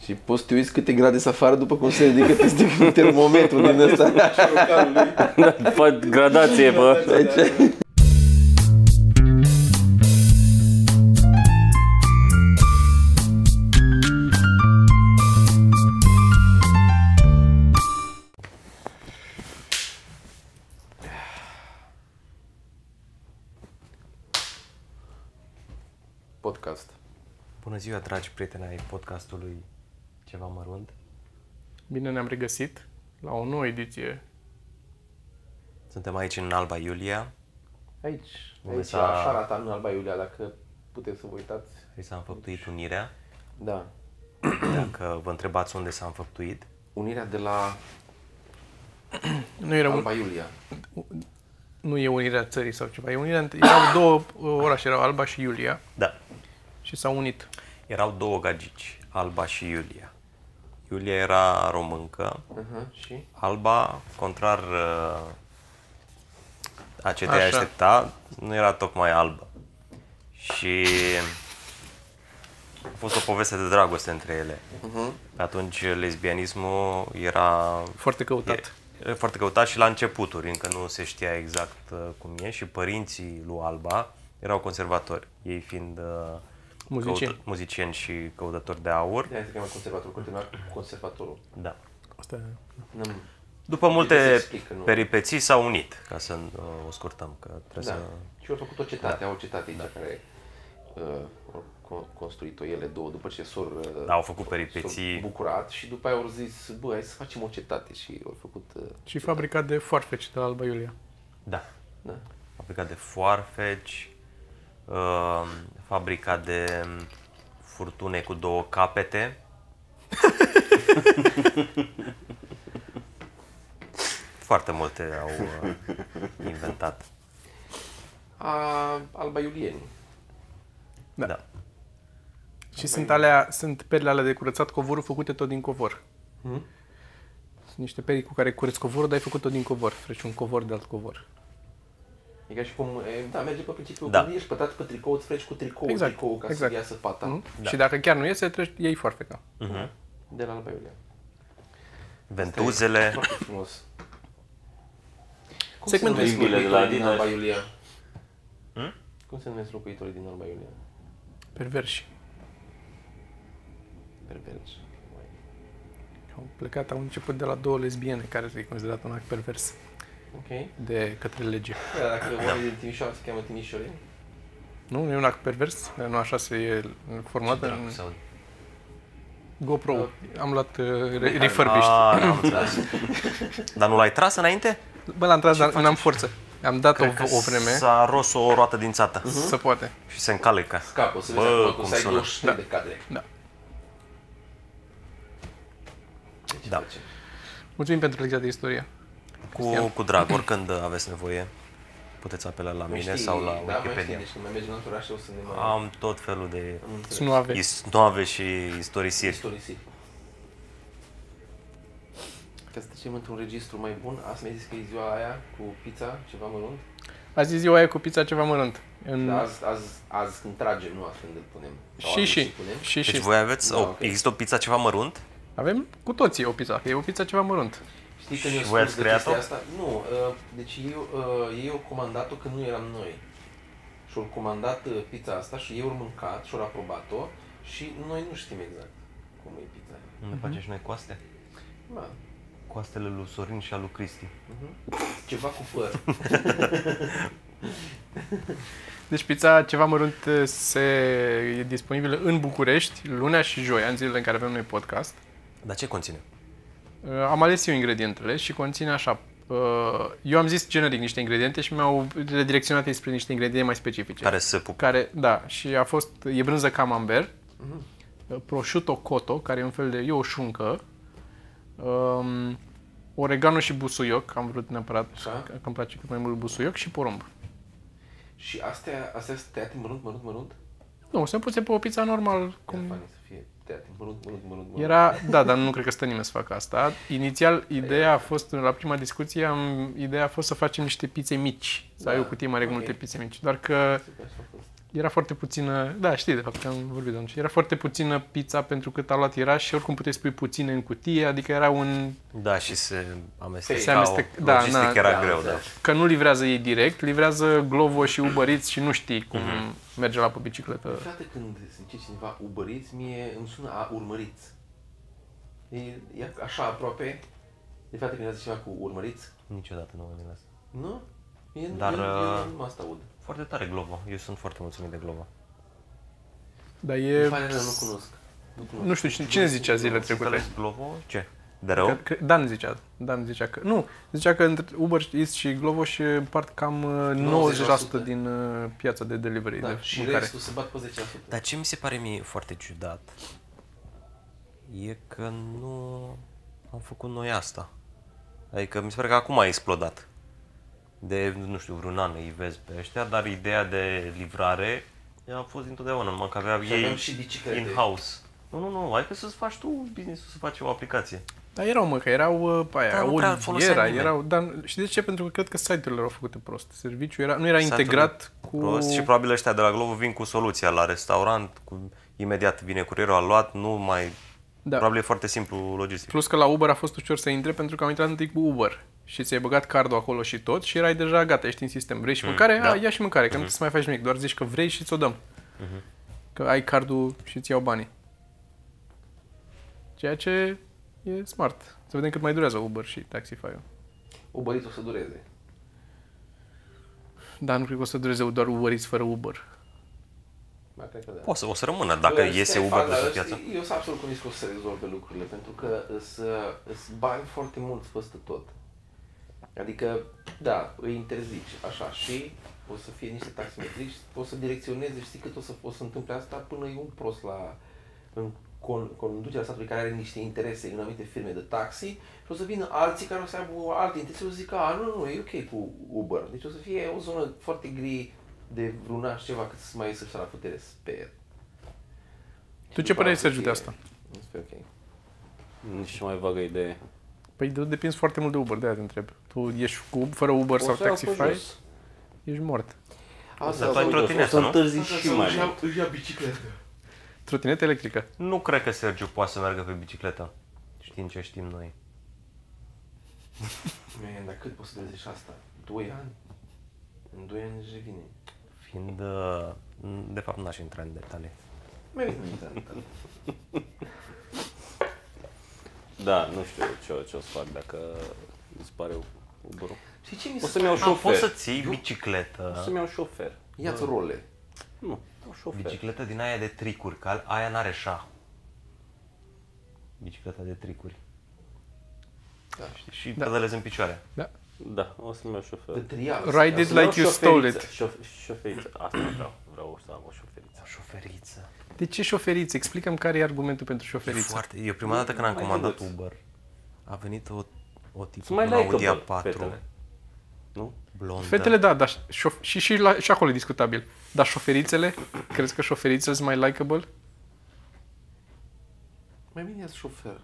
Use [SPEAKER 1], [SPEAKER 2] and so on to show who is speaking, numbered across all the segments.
[SPEAKER 1] Și poți să te uiți câte grade sunt afară după cum se ridică peste un termometru din ăsta.
[SPEAKER 2] Fă gradație, bă.
[SPEAKER 1] Deci,
[SPEAKER 3] Podcast.
[SPEAKER 2] Bună ziua, dragi prieteni ai podcastului Ceva Mărunt.
[SPEAKER 4] Bine ne-am regăsit la o nouă ediție.
[SPEAKER 2] Suntem aici în Alba Iulia.
[SPEAKER 1] aici,
[SPEAKER 2] Bună
[SPEAKER 1] aici
[SPEAKER 2] seara.
[SPEAKER 1] așa arată anul Alba Iulia, dacă puteți să vă uitați.
[SPEAKER 2] Aici s-a înfăptuit unirea.
[SPEAKER 1] Da.
[SPEAKER 2] Dacă vă întrebați unde s-a înfăptuit,
[SPEAKER 1] Unirea de la
[SPEAKER 4] Nu, era un,
[SPEAKER 1] Alba Iulia.
[SPEAKER 4] nu e unirea țării sau ceva, e unirea, între- erau două uh, orașe, erau Alba și Iulia
[SPEAKER 2] da,
[SPEAKER 4] și s-au unit.
[SPEAKER 2] erau două gagici, Alba și Iulia. Iulia era româncă,
[SPEAKER 1] Uh-huh. Și?
[SPEAKER 2] Alba, contrar uh, a ce te-ai
[SPEAKER 4] Așa.
[SPEAKER 2] aștepta, nu era tocmai albă. Și a fost o poveste de dragoste între ele. Pe atunci lesbianismul era
[SPEAKER 4] Foarte căutat.
[SPEAKER 2] E, e foarte căutat și la începuturi, încă nu se știa exact uh, cum e și părinții lui Alba erau conservatori, ei fiind uh,
[SPEAKER 4] Muzicieni. Da.
[SPEAKER 2] căută- muzicieni și căutători de aur.
[SPEAKER 1] De aia se cheamă conservatorul, continua cu conservatorul.
[SPEAKER 2] Da.
[SPEAKER 4] Asta e.
[SPEAKER 1] N-am...
[SPEAKER 2] După multe
[SPEAKER 1] Deci se explică, nu?
[SPEAKER 2] peripeții s-au unit, ca să uh, o scurtăm, că trebuie
[SPEAKER 1] Da.
[SPEAKER 2] să... Da.
[SPEAKER 1] Și au făcut o cetate, au o cetate aici care uh, au co- construit-o ele două după ce s-au uh,
[SPEAKER 2] Da, au făcut
[SPEAKER 1] s-au
[SPEAKER 2] peripeții.
[SPEAKER 1] bucurat și după aia au zis, bă, hai să facem o cetate și au făcut... Uh,
[SPEAKER 4] Și fabrica de foarfeci de la Alba Iulia.
[SPEAKER 2] Da.
[SPEAKER 1] da.
[SPEAKER 2] Fabrica de foarfeci, uh, fabrica de furtune cu două capete. Foarte multe au uh, inventat.
[SPEAKER 1] A, Alba Iulieni.
[SPEAKER 2] Da.
[SPEAKER 4] Da.
[SPEAKER 2] da.
[SPEAKER 4] Și sunt alea, sunt perle alea de curățat covorul făcute tot din covor. Hmm? Sunt niște perii cu care curăți covorul, dar ai făcut tot din covor. Freci un covor de alt covor.
[SPEAKER 1] E ca și cum, e, da, merge pe principiul
[SPEAKER 2] Da.
[SPEAKER 1] da. când ești pătat pe tricou, îți freci cu tricou,
[SPEAKER 4] Exact,
[SPEAKER 1] tricou ca
[SPEAKER 4] exact.
[SPEAKER 1] să iasă pata
[SPEAKER 4] Da. Și dacă chiar nu iese, treci, iei foarfeca.
[SPEAKER 1] de la Alba Iulieni.
[SPEAKER 2] Ventuzele.
[SPEAKER 1] Foarte frumos. Cum
[SPEAKER 4] Segmentul
[SPEAKER 1] se numesc
[SPEAKER 3] Limbile de la
[SPEAKER 1] locuitorii din
[SPEAKER 3] Dinari.
[SPEAKER 1] Alba Iulia?
[SPEAKER 2] Hm?
[SPEAKER 1] Cum se numesc locuitorii din Alba Iulia?
[SPEAKER 4] Perverși.
[SPEAKER 1] Perverși. Mai-
[SPEAKER 4] Au plecat, au început de la două lesbiene care se considerat un act pervers
[SPEAKER 1] Ok.
[SPEAKER 4] de către lege.
[SPEAKER 1] Da, dacă oamenii din Timișoara se cheamă Timișori,
[SPEAKER 4] Nu, nu e un act pervers, nu așa se e format în
[SPEAKER 2] Sau...
[SPEAKER 4] GoPro. Am luat uh, re- refurbished.
[SPEAKER 2] Ah, n-am înțeles. Dar nu l-ai tras înainte?
[SPEAKER 4] Bă, l-am tras, dar n-am forță. Am dat o, o vreme, Mhm.
[SPEAKER 2] S-a Hmm? ros o roată din țată
[SPEAKER 4] să poate.
[SPEAKER 2] și se încalecă.
[SPEAKER 1] capă, să vezi
[SPEAKER 2] Bă,
[SPEAKER 1] acum
[SPEAKER 2] cum
[SPEAKER 1] cum să ai
[SPEAKER 2] sună.
[SPEAKER 1] 23 de cadre.
[SPEAKER 4] Da.
[SPEAKER 1] Deci, Ce
[SPEAKER 2] Da.
[SPEAKER 1] facem?
[SPEAKER 4] Mulțumim pentru lecția de istorie.
[SPEAKER 2] Cu, cu drag, oricând aveți nevoie, puteți apela la
[SPEAKER 1] Mai
[SPEAKER 2] mine
[SPEAKER 1] știi-
[SPEAKER 2] sau la
[SPEAKER 1] da, mai știi,
[SPEAKER 2] Wikipedia.
[SPEAKER 1] deci când mai mergi în alt oraș o să ne mai...
[SPEAKER 2] Am tot felul de
[SPEAKER 1] Am înțeles.
[SPEAKER 4] Să nu aveți.
[SPEAKER 2] isnoave și istorisiri.
[SPEAKER 1] Istorisit. Ca să trecem într-un registru mai bun, azi mi-ai zis că e ziua aia cu pizza, ceva mărunt.
[SPEAKER 4] Azi e ziua aia cu pizza ceva mărunt. În...
[SPEAKER 1] Dar azi, azi, azi când tragem, nu azi când îl punem. Sau
[SPEAKER 4] și,
[SPEAKER 1] azi
[SPEAKER 4] și,
[SPEAKER 1] punem.
[SPEAKER 4] și,
[SPEAKER 2] Deci
[SPEAKER 4] și.
[SPEAKER 2] voi aveți,
[SPEAKER 1] Da,
[SPEAKER 2] o,
[SPEAKER 1] ok.
[SPEAKER 2] există o pizza ceva mărunt?
[SPEAKER 4] Avem cu toții o pizza, că e o pizza ceva mărunt.
[SPEAKER 1] Știi că ne-a
[SPEAKER 2] voi ați
[SPEAKER 1] spus de
[SPEAKER 2] creat-o?
[SPEAKER 1] chestia asta? Nu, uh, deci eu, uh, ei au comandat-o când nu eram noi. Și au comandat uh, pizza asta și eu au mâncat și au aprobat-o și noi nu știm exact cum e pizza aia.
[SPEAKER 4] Mhm.
[SPEAKER 2] Ne facem și noi coaste?
[SPEAKER 1] Da.
[SPEAKER 2] Coastele lui Sorin și al lui Cristi.
[SPEAKER 1] Ceva cu păr.
[SPEAKER 4] Deci pizza ceva mărunt uh, se e disponibilă în București, lunea și joia, în zilele în care avem noi podcast.
[SPEAKER 2] Dar ce conține?
[SPEAKER 4] Uh, Am ales eu ingredientele și conține așa. uh, Eu am zis generic niște ingrediente și mi-au redirecționat ei spre niște ingrediente mai specifice.
[SPEAKER 2] Care se pup.
[SPEAKER 4] Care, da, și a fost, e brânză camembert, uh, prosciutto cotto, care e un fel de, e o șuncă, um, oregano și busuioc, am vrut neapărat,
[SPEAKER 1] Așa.
[SPEAKER 4] că că îmi place cât mai mult busuioc și porumb.
[SPEAKER 1] și astea, astea sunt tăiate mărunt, mărunt, mărunt?
[SPEAKER 4] Nu, se puse pe o pizza normal,
[SPEAKER 1] Cum?
[SPEAKER 4] cum,
[SPEAKER 1] să fie tăiate mărunt, mărunt, mărunt, mărunt.
[SPEAKER 4] Era, da, dar nu cred că stă nimeni să facă asta. Inițial, ideea a fost, la prima discuție, am, ideea a fost să facem niște pizze mici, să
[SPEAKER 1] Da,
[SPEAKER 4] ai o cutie mare cu
[SPEAKER 1] ok.
[SPEAKER 4] multe pizze mici. Doar că
[SPEAKER 1] Super, așa a fost.
[SPEAKER 4] Era foarte puțină, da, știi de fapt că am vorbit atunci, era foarte puțină pizza pentru cât a luat era și oricum puteai spui puține în cutie, adică era un,
[SPEAKER 2] Da, și se amestecau.
[SPEAKER 1] Se
[SPEAKER 4] amestec- da,
[SPEAKER 2] Logistic
[SPEAKER 4] na,
[SPEAKER 2] era
[SPEAKER 1] da,
[SPEAKER 2] greu,
[SPEAKER 1] da.
[SPEAKER 2] da.
[SPEAKER 4] că nu livrează ei direct, livrează Glovo și Uber Eats și nu știi cum
[SPEAKER 1] Mhm.
[SPEAKER 4] merge la pe bicicletă.
[SPEAKER 1] Frate, când zice cineva ubăriți, mie îmi sună a urmăriți. E, e așa aproape. De frate, când zice cineva cu urmăriți,
[SPEAKER 2] Niciodată nu mă gândesc la asta.
[SPEAKER 1] nu? Mie,
[SPEAKER 2] Dar,
[SPEAKER 1] eu, eu,
[SPEAKER 2] uh,
[SPEAKER 1] nu asta aud.
[SPEAKER 2] Foarte tare Glovo. Eu sunt foarte mulțumit de Glovo.
[SPEAKER 4] Dar
[SPEAKER 1] E...
[SPEAKER 4] e,
[SPEAKER 1] Fane, nu cunosc. Nu cunosc.
[SPEAKER 4] nu știu, cine- cine zicea zilele trecute?
[SPEAKER 2] Ales Glovo? Ce? De
[SPEAKER 4] Că,
[SPEAKER 2] rău?
[SPEAKER 4] că, Dan zicea, Dan zicea că, nu, zicea că între Uber Eats și Glovo și împart cam uh, 90%
[SPEAKER 1] 90%
[SPEAKER 4] din uh, piața de delivery
[SPEAKER 1] Da,
[SPEAKER 4] de
[SPEAKER 1] și
[SPEAKER 4] mâncare.
[SPEAKER 1] restul se bat pe 10%.
[SPEAKER 2] Dar ce mi se pare mie foarte ciudat e că nu am făcut noi asta. Adică mi se pare că acum a explodat. De, nu știu, vreun an îi vezi pe ăștia, dar ideea de livrare a fost dintotdeauna, numai că aveau
[SPEAKER 1] Și aveam
[SPEAKER 2] ei
[SPEAKER 1] și biciclete.
[SPEAKER 2] in-house. Nu, nu, nu, hai că să-ți faci tu business să faci o aplicație.
[SPEAKER 4] Dar erau, mă, că erau uh, pe aia,
[SPEAKER 2] Dar nu prea folosea
[SPEAKER 4] Oliviera,
[SPEAKER 2] nimeni.
[SPEAKER 4] erau, dar știi de ce? Pentru că cred că site-urile erau făcute prost. Serviciul era, nu era
[SPEAKER 2] Site-urile
[SPEAKER 4] integrat cu...
[SPEAKER 2] Prost și probabil ăștia de la Glovo vin cu soluția la restaurant, cu, imediat vine curierul, a luat, nu mai...
[SPEAKER 4] Da.
[SPEAKER 2] Da. Probabil e foarte simplu logistic.
[SPEAKER 4] Plus că la Uber a fost ușor să intre pentru că am intrat întâi cu Uber și ți-ai băgat cardul acolo și tot și erai deja gata, ești în sistem. Vrei și mâncare?
[SPEAKER 2] da.
[SPEAKER 4] A, ia și mâncare, că nu trebuie să mai faci nimic, doar zici că vrei și ți-o dăm. Că ai cardul și ți iau banii. Ceea ce e smart. Să vedem cât mai durează Uber și Taxify-ul.
[SPEAKER 1] Ubăriți o să dureze.
[SPEAKER 4] Dar nu cred că o să dureze doar Uber Eats fără Uber.
[SPEAKER 1] Mai cred că da.
[SPEAKER 2] O să, o să rămână dacă
[SPEAKER 1] Bă,
[SPEAKER 2] iese
[SPEAKER 1] stai,
[SPEAKER 2] Uber
[SPEAKER 1] faza,
[SPEAKER 2] de pe
[SPEAKER 1] ăsta-
[SPEAKER 2] piață.
[SPEAKER 1] Eu sunt absolut convins că o să se rezolve lucrurile, pentru că să bani foarte mulți peste tot. Adică, da, îi interzici, așa, și o să fie niște taximetriști, o să direcționeze și știi cât o să, o să întâmple asta până e un prost la în con, conducerea statului care are niște interese în anumite firme de taxi și o să vină alții care o să aibă o altă intenție și o să zică, a, nu, nu, e ok cu Uber. Deci o să fie o zonă foarte gri de vreun an și ceva cât să mai iese ăștia la putere, sper.
[SPEAKER 4] Tu ce părere ai, Sergiu, de asta?
[SPEAKER 1] Este ok.
[SPEAKER 3] Nici nu mai vagă idee.
[SPEAKER 4] Păi de- depinzi foarte mult de Uber, de-aia te întreb. Tu ești cu, fără Uber sau Taxify, ești mort.
[SPEAKER 2] Asta faci trotineta,
[SPEAKER 3] să
[SPEAKER 2] nu?
[SPEAKER 3] întârzi și mai mult.
[SPEAKER 1] Își ia bicicletă.
[SPEAKER 4] Trotinetă electrică.
[SPEAKER 2] Nu cred că Sergiu poate să meargă pe bicicletă, știind ce știm noi.
[SPEAKER 1] Man, dar cât poți să vezi și asta? 2 ani? În 2 ani își revine.
[SPEAKER 2] Fiind, uh, de fapt, n-aș intra în detalii.
[SPEAKER 1] Merit nu
[SPEAKER 3] Da, nu știu ce, ce o să fac dacă dispare uber
[SPEAKER 1] Și ce mi
[SPEAKER 3] O
[SPEAKER 1] se
[SPEAKER 3] să-mi iau
[SPEAKER 2] A, poți să
[SPEAKER 3] șofer.
[SPEAKER 2] ții
[SPEAKER 3] O
[SPEAKER 2] bicicletă,
[SPEAKER 3] să-mi iau șofer.
[SPEAKER 1] Ia-ți role.
[SPEAKER 3] Nu, iau șofer.
[SPEAKER 2] bicicletă din aia de tricuri, că al- aia n-are șah. Bicicleta de tricuri.
[SPEAKER 1] Da.
[SPEAKER 2] Știi? Și da. pedalezi în picioare.
[SPEAKER 4] Da.
[SPEAKER 3] Da, o să-mi iau șofer.
[SPEAKER 1] De trial.
[SPEAKER 4] Ride
[SPEAKER 3] O
[SPEAKER 4] it
[SPEAKER 3] să-mi iau
[SPEAKER 4] like you stole
[SPEAKER 3] șoferiță.
[SPEAKER 4] it.
[SPEAKER 3] Șof- Șoferiță. Asta vreau. Vreau să am o șoferiță.
[SPEAKER 2] O Da, șoferiță.
[SPEAKER 4] De ce șoferiți? Explicăm care e argumentul pentru șoferiță.
[SPEAKER 2] Foarte. Eu prima dată când am
[SPEAKER 3] Mai
[SPEAKER 2] comandat
[SPEAKER 3] drăguț.
[SPEAKER 2] Uber, a venit o, o tipă cu
[SPEAKER 3] Sunt mai
[SPEAKER 2] un Audi
[SPEAKER 3] likeable
[SPEAKER 2] A4,
[SPEAKER 3] fetele. Nu?
[SPEAKER 2] blondă.
[SPEAKER 4] Fetele, da, dar șof- și, și, la, și acolo e discutabil. Dar șoferițele? Crezi că șoferițele sunt mai likable?
[SPEAKER 1] Mai bine ia-ți șofer.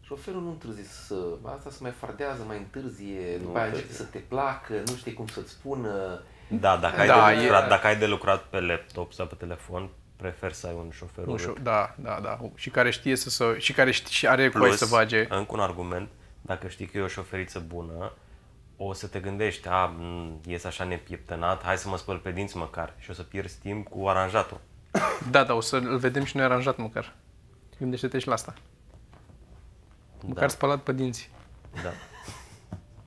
[SPEAKER 1] Șoferul nu întârzi să... Asta se mai fardează, mai întârzie, după aia
[SPEAKER 3] cred
[SPEAKER 1] începe să te placă, nu știi cum să-ți spună.
[SPEAKER 2] Da, dacă ai,
[SPEAKER 4] Da,
[SPEAKER 2] de
[SPEAKER 4] e-
[SPEAKER 2] lucrat, dacă ai de lucrat pe laptop sau pe telefon, prefer să ai un șofer
[SPEAKER 4] Nu
[SPEAKER 2] urât.
[SPEAKER 4] știu. Da, da, da. Și care știe să... să și care știe, și are voie
[SPEAKER 2] Plus,
[SPEAKER 4] păi
[SPEAKER 2] Ah.
[SPEAKER 4] să vage.
[SPEAKER 2] încă un argument, dacă știi că e o șoferiță bună, o să te gândești, a, m, ies așa nepieptănat, hai să mă spăl pe dinți măcar și o să pierzi timp cu aranjatul.
[SPEAKER 4] Da, da, o să-l vedem și noi aranjat măcar. Gândește-te și la asta. Măcar
[SPEAKER 2] Da.
[SPEAKER 4] spălat pe dinți.
[SPEAKER 2] Da.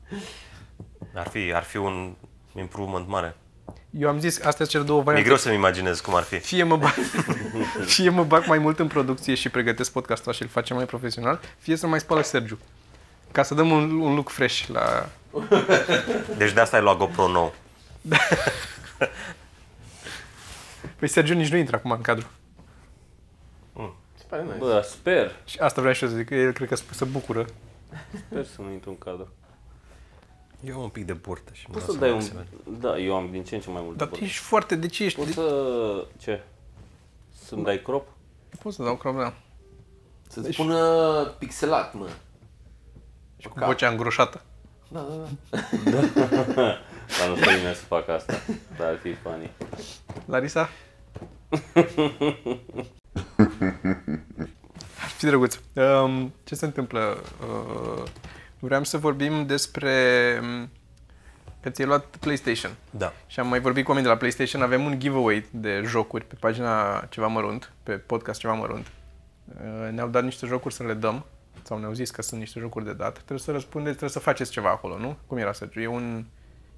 [SPEAKER 2] Ar fi, ar fi un improvement mare.
[SPEAKER 4] Eu Păi am zis, astea sunt cele două
[SPEAKER 2] Mi-e
[SPEAKER 4] variante.
[SPEAKER 2] greu să-mi imaginez cum ar fi.
[SPEAKER 4] Fie mă, bag, fie mă bag mai mult în producție și pregătesc podcastul și îl facem mai profesional, fie să mai spală Sergiu. Ca să dăm un, un look fresh la...
[SPEAKER 2] Deci de asta ai luat GoPro nou.
[SPEAKER 4] Păi Sergiu nici nu intră acum în cadru.
[SPEAKER 1] Se pare nice.
[SPEAKER 3] Bă, sper.
[SPEAKER 4] Și asta vreau și eu să zic, el cred că se bucură.
[SPEAKER 3] Sper să nu intru în cadru.
[SPEAKER 2] Eu am un pic de burtă și
[SPEAKER 3] Poți să dai un... Da, eu am din ce în ce mai mult de
[SPEAKER 4] Dar tu
[SPEAKER 3] bărbat.
[SPEAKER 4] ești foarte, de ce ești?
[SPEAKER 3] Poți
[SPEAKER 4] De...
[SPEAKER 3] să... ce? Să-mi dai crop?
[SPEAKER 4] Poți să dau problemă.
[SPEAKER 1] Să-ți
[SPEAKER 3] deci-
[SPEAKER 1] spună pixelat, mă.
[SPEAKER 4] Și cu
[SPEAKER 1] Cap.
[SPEAKER 4] vocea îngroșată.
[SPEAKER 1] Da, da, da.
[SPEAKER 3] Dar nu știu nimeni să facă asta. Dar ar fi funny.
[SPEAKER 4] Larisa? Ar fi drăguț. Um, ce se întâmplă? Uh, vreau să vorbim despre um, că ți-ai luat PlayStation.
[SPEAKER 2] Da.
[SPEAKER 4] Și am mai vorbit cu oameni de la PlayStation, avem un giveaway de jocuri pe pagina Ceva Mărunt, pe podcast Ceva Mărunt. Uh, Ne-au dat niște jocuri să le dăm, sau ne-au zis că sunt niște jocuri de dat. Trebuie să răspundeți, trebuie să faceți ceva acolo, nu? Cum era, Sergiu? E un,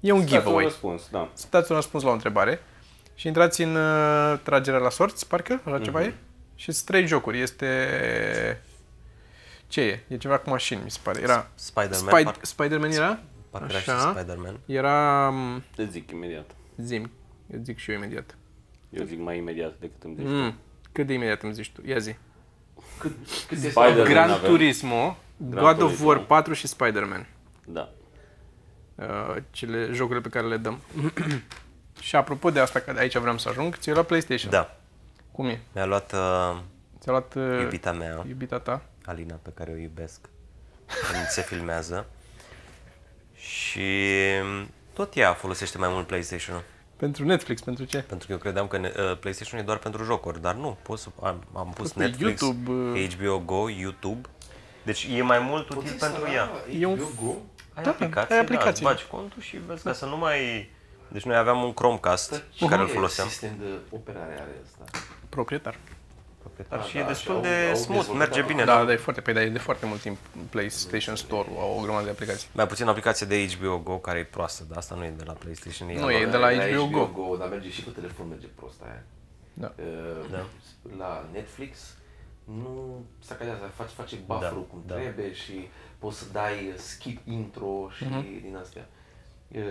[SPEAKER 4] e un
[SPEAKER 3] Dați un
[SPEAKER 4] giveaway.
[SPEAKER 3] răspuns, da.
[SPEAKER 4] Să dați un răspuns la o întrebare și intrați în uh, tragerea la sorți, parcă, la
[SPEAKER 2] Mhm.
[SPEAKER 4] ceva e? Și sunt trei jocuri. Este... Ce e? E ceva cu mașini, mi se pare. Era...
[SPEAKER 2] Spider-Man.
[SPEAKER 4] Spider-
[SPEAKER 2] par-
[SPEAKER 4] Spider-Man era?
[SPEAKER 2] parcă era și
[SPEAKER 4] Așa.
[SPEAKER 2] Spider-Man.
[SPEAKER 4] Era... um,
[SPEAKER 3] Te zic imediat.
[SPEAKER 4] Zim, îți zic și eu imediat.
[SPEAKER 3] Eu zic mai imediat decât îmi zici. Mm.
[SPEAKER 4] Mm. Cât de imediat îmi zici tu? Ia zi.
[SPEAKER 1] Cât, cât este
[SPEAKER 3] Spider-
[SPEAKER 1] Gra-
[SPEAKER 4] Gran
[SPEAKER 3] avem.
[SPEAKER 4] Turismo,
[SPEAKER 3] Gran
[SPEAKER 4] God of
[SPEAKER 3] Turismo.
[SPEAKER 4] War 4 și Spider-Man.
[SPEAKER 3] Da.
[SPEAKER 4] Uh, cele jocurile pe care le dăm. și apropo de asta, că de aici vreau să ajung, ți-ai luat PlayStation.
[SPEAKER 2] Da.
[SPEAKER 4] Cum e?
[SPEAKER 2] Mi-a luat uh,
[SPEAKER 4] Ți-a luat uh,
[SPEAKER 2] iubita mea,
[SPEAKER 4] iubita ta?
[SPEAKER 2] Alina, pe care o iubesc, când se filmează. Și tot ea folosește mai mult PlayStation-ul.
[SPEAKER 4] Pentru Netflix, pentru ce?
[SPEAKER 2] Pentru că eu credeam că ne- uh, PlayStation e doar pentru jocuri, dar nu, poți să, am, am pus
[SPEAKER 4] pe
[SPEAKER 2] Netflix,
[SPEAKER 4] YouTube, uh.
[SPEAKER 2] HBO Go, YouTube. Deci e mai mult util pentru ea.
[SPEAKER 1] E un...
[SPEAKER 4] un-
[SPEAKER 1] Go?
[SPEAKER 2] Ai
[SPEAKER 4] Da,
[SPEAKER 2] aplicații,
[SPEAKER 4] ai
[SPEAKER 2] da, îți
[SPEAKER 4] aplicații.
[SPEAKER 2] bagi contul și vezi ca să nu mai... Deci noi aveam un Chromecast pe care îl
[SPEAKER 1] Ce
[SPEAKER 2] foloseam.
[SPEAKER 1] sistem de operare are asta?
[SPEAKER 4] Proprietar.
[SPEAKER 2] Proprietar și
[SPEAKER 1] da,
[SPEAKER 2] e
[SPEAKER 1] și
[SPEAKER 2] destul
[SPEAKER 1] au-
[SPEAKER 2] de
[SPEAKER 1] au
[SPEAKER 2] smooth,
[SPEAKER 1] dezvoltat-
[SPEAKER 2] merge bine.
[SPEAKER 4] Da, da, e foarte, păi, da, e de foarte mult timp PlayStation Store, au o grămadă de aplicații.
[SPEAKER 2] Mai puțin aplicația de HBO Go care e proastă, dar asta nu e de la PlayStation. E
[SPEAKER 4] Nu
[SPEAKER 2] la-
[SPEAKER 4] e de la HBO Go.
[SPEAKER 1] Go. Dar merge și pe telefon, merge prost aia.
[SPEAKER 4] Da.
[SPEAKER 1] Uh,
[SPEAKER 2] Da.
[SPEAKER 1] La Netflix nu sacadează, faci, face buffer
[SPEAKER 2] Da,
[SPEAKER 1] cum
[SPEAKER 2] da.
[SPEAKER 1] trebuie și poți să dai uh, skip intro și
[SPEAKER 4] Mhm.
[SPEAKER 1] din astea. Uh,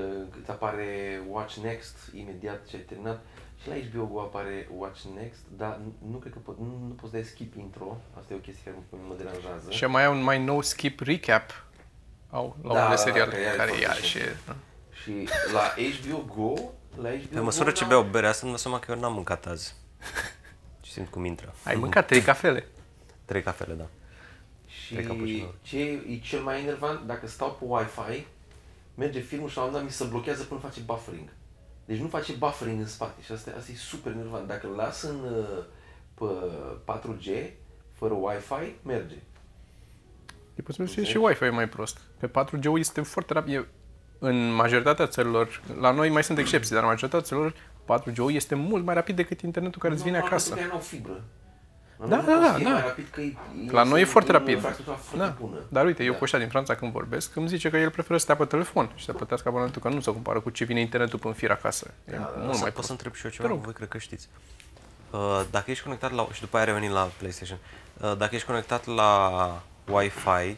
[SPEAKER 1] Îți apare Watch Next imediat ce ai terminat și la HBO Go apare Watch Next, dar nu- nu cred că po- nu, nu poți dai skip intro, asta e o chestie care mă- mă deranjează.
[SPEAKER 4] Și mai au un mai nou skip recap au
[SPEAKER 1] Da,
[SPEAKER 4] la unele
[SPEAKER 1] da, da,
[SPEAKER 4] seriale
[SPEAKER 1] că ea e
[SPEAKER 4] care ia
[SPEAKER 1] foarte
[SPEAKER 4] și... da.
[SPEAKER 1] Și la HBO Go, la HBO
[SPEAKER 2] Pe măsură
[SPEAKER 1] Go,
[SPEAKER 2] ce
[SPEAKER 1] n-am-
[SPEAKER 2] beau bere, asta îmi dau seama că eu n-am mâncat azi. Și simt cum intră.
[SPEAKER 4] Ai mâncat trei cafele.
[SPEAKER 2] Trei cafele, da. Trei
[SPEAKER 1] Și
[SPEAKER 2] cappuccino.
[SPEAKER 1] ce e cel mai enervant, dacă stau pe Wi-Fi, merge filmul și la un moment dat mi se blochează până face buffering. Deci nu face buffering în spate și asta, asta e super enervant. Dacă îl las în uh, pe 4G, fără Wi-Fi, merge.
[SPEAKER 4] E posibil să fie și Wi-Fi mai prost. Pe 4G -ul este foarte rapid. E- În majoritatea țărilor, la noi mai sunt excepții, dar în majoritatea țărilor 4G -ul este mult mai rapid decât internetul care îți vine
[SPEAKER 1] Nu,
[SPEAKER 4] acasă.
[SPEAKER 1] Nu, nu, fibră. La
[SPEAKER 4] Da,
[SPEAKER 1] noi
[SPEAKER 4] da,
[SPEAKER 1] nu poți
[SPEAKER 4] da,
[SPEAKER 1] să
[SPEAKER 4] da.
[SPEAKER 1] e mai rapid că e- e-
[SPEAKER 4] La noi e
[SPEAKER 1] este
[SPEAKER 4] foarte
[SPEAKER 1] în
[SPEAKER 4] rapid.
[SPEAKER 1] infrastructura
[SPEAKER 4] Da.
[SPEAKER 1] foarte bună.
[SPEAKER 4] Dar uite, eu
[SPEAKER 1] Da.
[SPEAKER 4] cu ăștia din Franța când vorbesc, îmi zice că el preferă să stea pe telefon și să plătească abonamentul, că nu se compară cu ce vine internetul pe în fir acasă. E
[SPEAKER 2] Poți
[SPEAKER 4] mult
[SPEAKER 2] Da, să,
[SPEAKER 4] mai
[SPEAKER 2] pot
[SPEAKER 4] prost.
[SPEAKER 2] să întreb și eu ceva, voi cred că știți. Uh, Dacă ești conectat la... și după aia revenim la PlayStation. Uh, Dacă ești conectat la Wi-Fi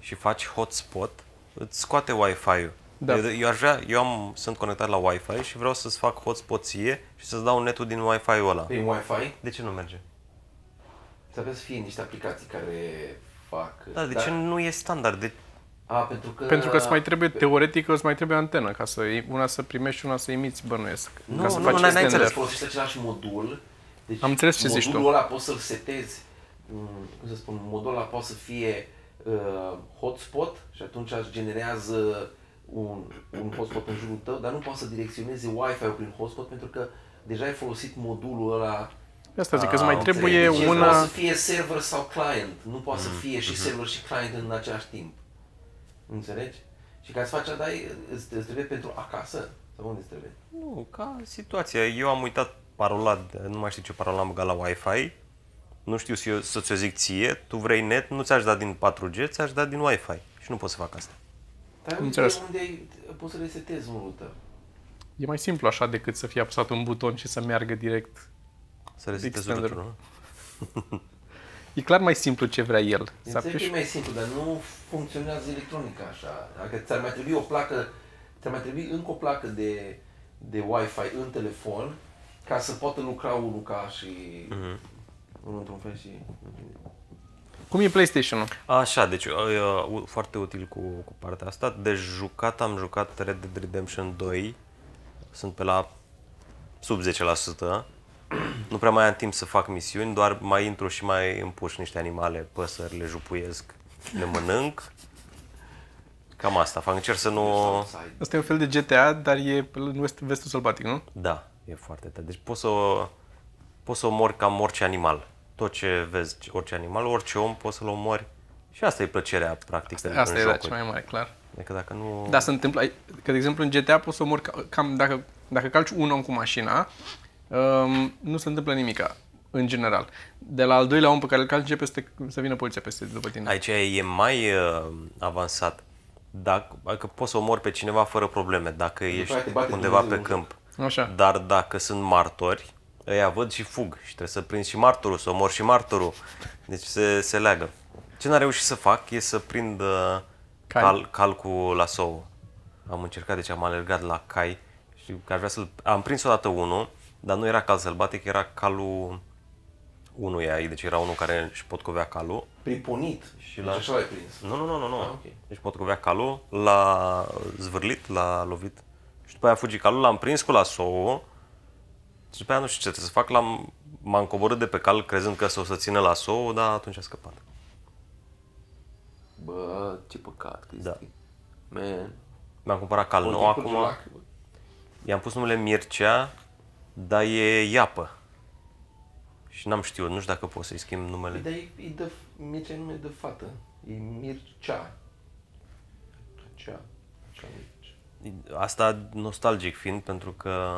[SPEAKER 2] și faci hotspot, îți scoate Wi-Fi-ul.
[SPEAKER 4] Da.
[SPEAKER 2] Eu, eu, aș vrea, eu am, sunt conectat la Wi-Fi și vreau să-ți fac hotspot ție și să-ți dau netul din Wi-Fi-ul ăla.
[SPEAKER 4] Păi-
[SPEAKER 1] Prin Wi-Fi,
[SPEAKER 2] De ce nu merge?
[SPEAKER 4] Da.
[SPEAKER 1] să avea să fie niște aplicații care fac...
[SPEAKER 2] Da, de ce nu e standard? De...
[SPEAKER 1] A, pentru că...
[SPEAKER 4] Pentru că îți mai trebuie, teoretic, îți mai trebuie antenă ca să una să primești și una să emiți, bănuiesc.
[SPEAKER 2] Nu,
[SPEAKER 4] ca să
[SPEAKER 2] nu,
[SPEAKER 4] faci
[SPEAKER 2] n-ai- n-ai
[SPEAKER 4] extender.
[SPEAKER 2] înțeles.
[SPEAKER 1] folosești același modul. Deci
[SPEAKER 4] Am înțeles ce zici tu.
[SPEAKER 1] Modulul ăla poți să-l setezi, mm, cum să spun, modul ăla poate să fie uh, hotspot și atunci își generează un, un hotspot în jurul tău, dar nu poate să direcționeze Wi-Fi-ul prin hotspot pentru că deja ai folosit modulul ăla.
[SPEAKER 4] De Asta zic,
[SPEAKER 2] Ah,
[SPEAKER 4] că îți mai
[SPEAKER 2] înțeleg.
[SPEAKER 4] trebuie
[SPEAKER 1] Deci
[SPEAKER 4] una...
[SPEAKER 1] Poate să fie server sau client, nu poate
[SPEAKER 4] Mm-hmm.
[SPEAKER 1] să fie și server și client în același timp. Înțelegi? Și ca să faci asta, ai- îți, îți trebuie pentru acasă? Sau unde îți trebuie?
[SPEAKER 2] Nu, ca situația. Eu am uitat parola, de- nu mai știu ce parola am băgat la Wi-Fi. Nu știu să, eu, să ți-o zic ție, tu vrei net, nu ți-aș da din 4G, ți-aș da din Wi-Fi. Și nu pot să fac asta.
[SPEAKER 1] Dar uite
[SPEAKER 4] Înțeles.
[SPEAKER 1] unde ai, poți să resetezi unul tău.
[SPEAKER 4] E mai simplu așa decât să fie apăsat un buton și să meargă direct.
[SPEAKER 2] Să resetez
[SPEAKER 4] Extender.
[SPEAKER 2] routerul, nu?
[SPEAKER 4] E clar mai simplu ce vrea el. Exact. Să
[SPEAKER 1] Înțeleg că e
[SPEAKER 4] apeși...
[SPEAKER 1] mai simplu, dar nu funcționează electronica așa. Dacă ți-ar mai trebui o placă, ți-ar mai trebui încă o placă de, de Wi-Fi în telefon ca să poată lucra unul ca și mm-hmm. unul într-un fel și...
[SPEAKER 4] Cum e PlayStation-ul?
[SPEAKER 2] Așa, deci e, uh, foarte util cu, cu partea asta. De jucat am jucat Red Dead Redemption 2. Sunt pe la sub 10%. Nu prea mai am timp să fac misiuni, doar mai intru și mai împuș niște animale, păsări, le jupuiesc, le mănânc. Cam asta fac. Încerc să nu...
[SPEAKER 1] Side.
[SPEAKER 4] Asta e un fel de GTA, dar e în vest, vestul sălbatic, nu?
[SPEAKER 2] Da, e foarte tare. Deci poți să, o- poți să omori cam orice animal. Tot ce vezi, orice animal, orice om, poți să-l omori. Și asta e plăcerea, practic, asta,
[SPEAKER 4] Asta
[SPEAKER 2] în
[SPEAKER 4] era
[SPEAKER 2] jocuri.
[SPEAKER 4] cea mai mare, clar.
[SPEAKER 2] Adică dacă nu...
[SPEAKER 4] Dar se întâmplă, că de exemplu în GTA poți să omori ca- cam, dacă, dacă calci un om cu mașina, um, nu se întâmplă nimica, în general. De la al doilea om pe care îl calci începe să, te, să vină poliția peste după tine.
[SPEAKER 2] Aici e mai uh, avansat. Dacă, adică poți să omori pe cineva fără probleme, dacă ești
[SPEAKER 1] practic, Păi, bate
[SPEAKER 2] undeva pe
[SPEAKER 1] Dumnezeu.
[SPEAKER 2] câmp.
[SPEAKER 4] Așa.
[SPEAKER 2] Dar dacă sunt martori, ăia văd și fug și trebuie să prind și martorul, să omor și martorul. Deci se, se leagă. Ce n-am reușit să fac e să prind uh,
[SPEAKER 4] Cai.
[SPEAKER 2] cal, cal cu lasou. Am încercat, deci am alergat la cai și că aș vrea să-l... Am prins odată unul, dar nu era cal sălbatic, era calul unuia, deci era unul care își potcovea calul
[SPEAKER 1] Priponit. Și la... așa l-ai prins.
[SPEAKER 2] nu, nu, nu, nu, nu.
[SPEAKER 1] Ah, ok.
[SPEAKER 2] Deci pot covea calul, l-a zvârlit, l-a lovit și după aia a fugit calul, l-am prins cu lasou și după aia nu știu ce trebuie să fac, l-am, m-am coborât de pe cal crezând că s-o să țină lasou, dar atunci a scăpat.
[SPEAKER 1] Bă, ce păcat, Cristi.
[SPEAKER 2] Da.
[SPEAKER 1] Man.
[SPEAKER 2] Mi-am cumpărat cal nou
[SPEAKER 1] Continui cu
[SPEAKER 2] acum,
[SPEAKER 1] lacrimă.
[SPEAKER 2] i-am pus numele Mircea, dar e iapă. Și n-am știut, nu știu dacă pot să-i schimb numele.
[SPEAKER 1] Păi, Dar e, e de, Mircea e nume de fată. E Mircea. Cea. Cea Mircea.
[SPEAKER 2] Asta nostalgic fiind pentru că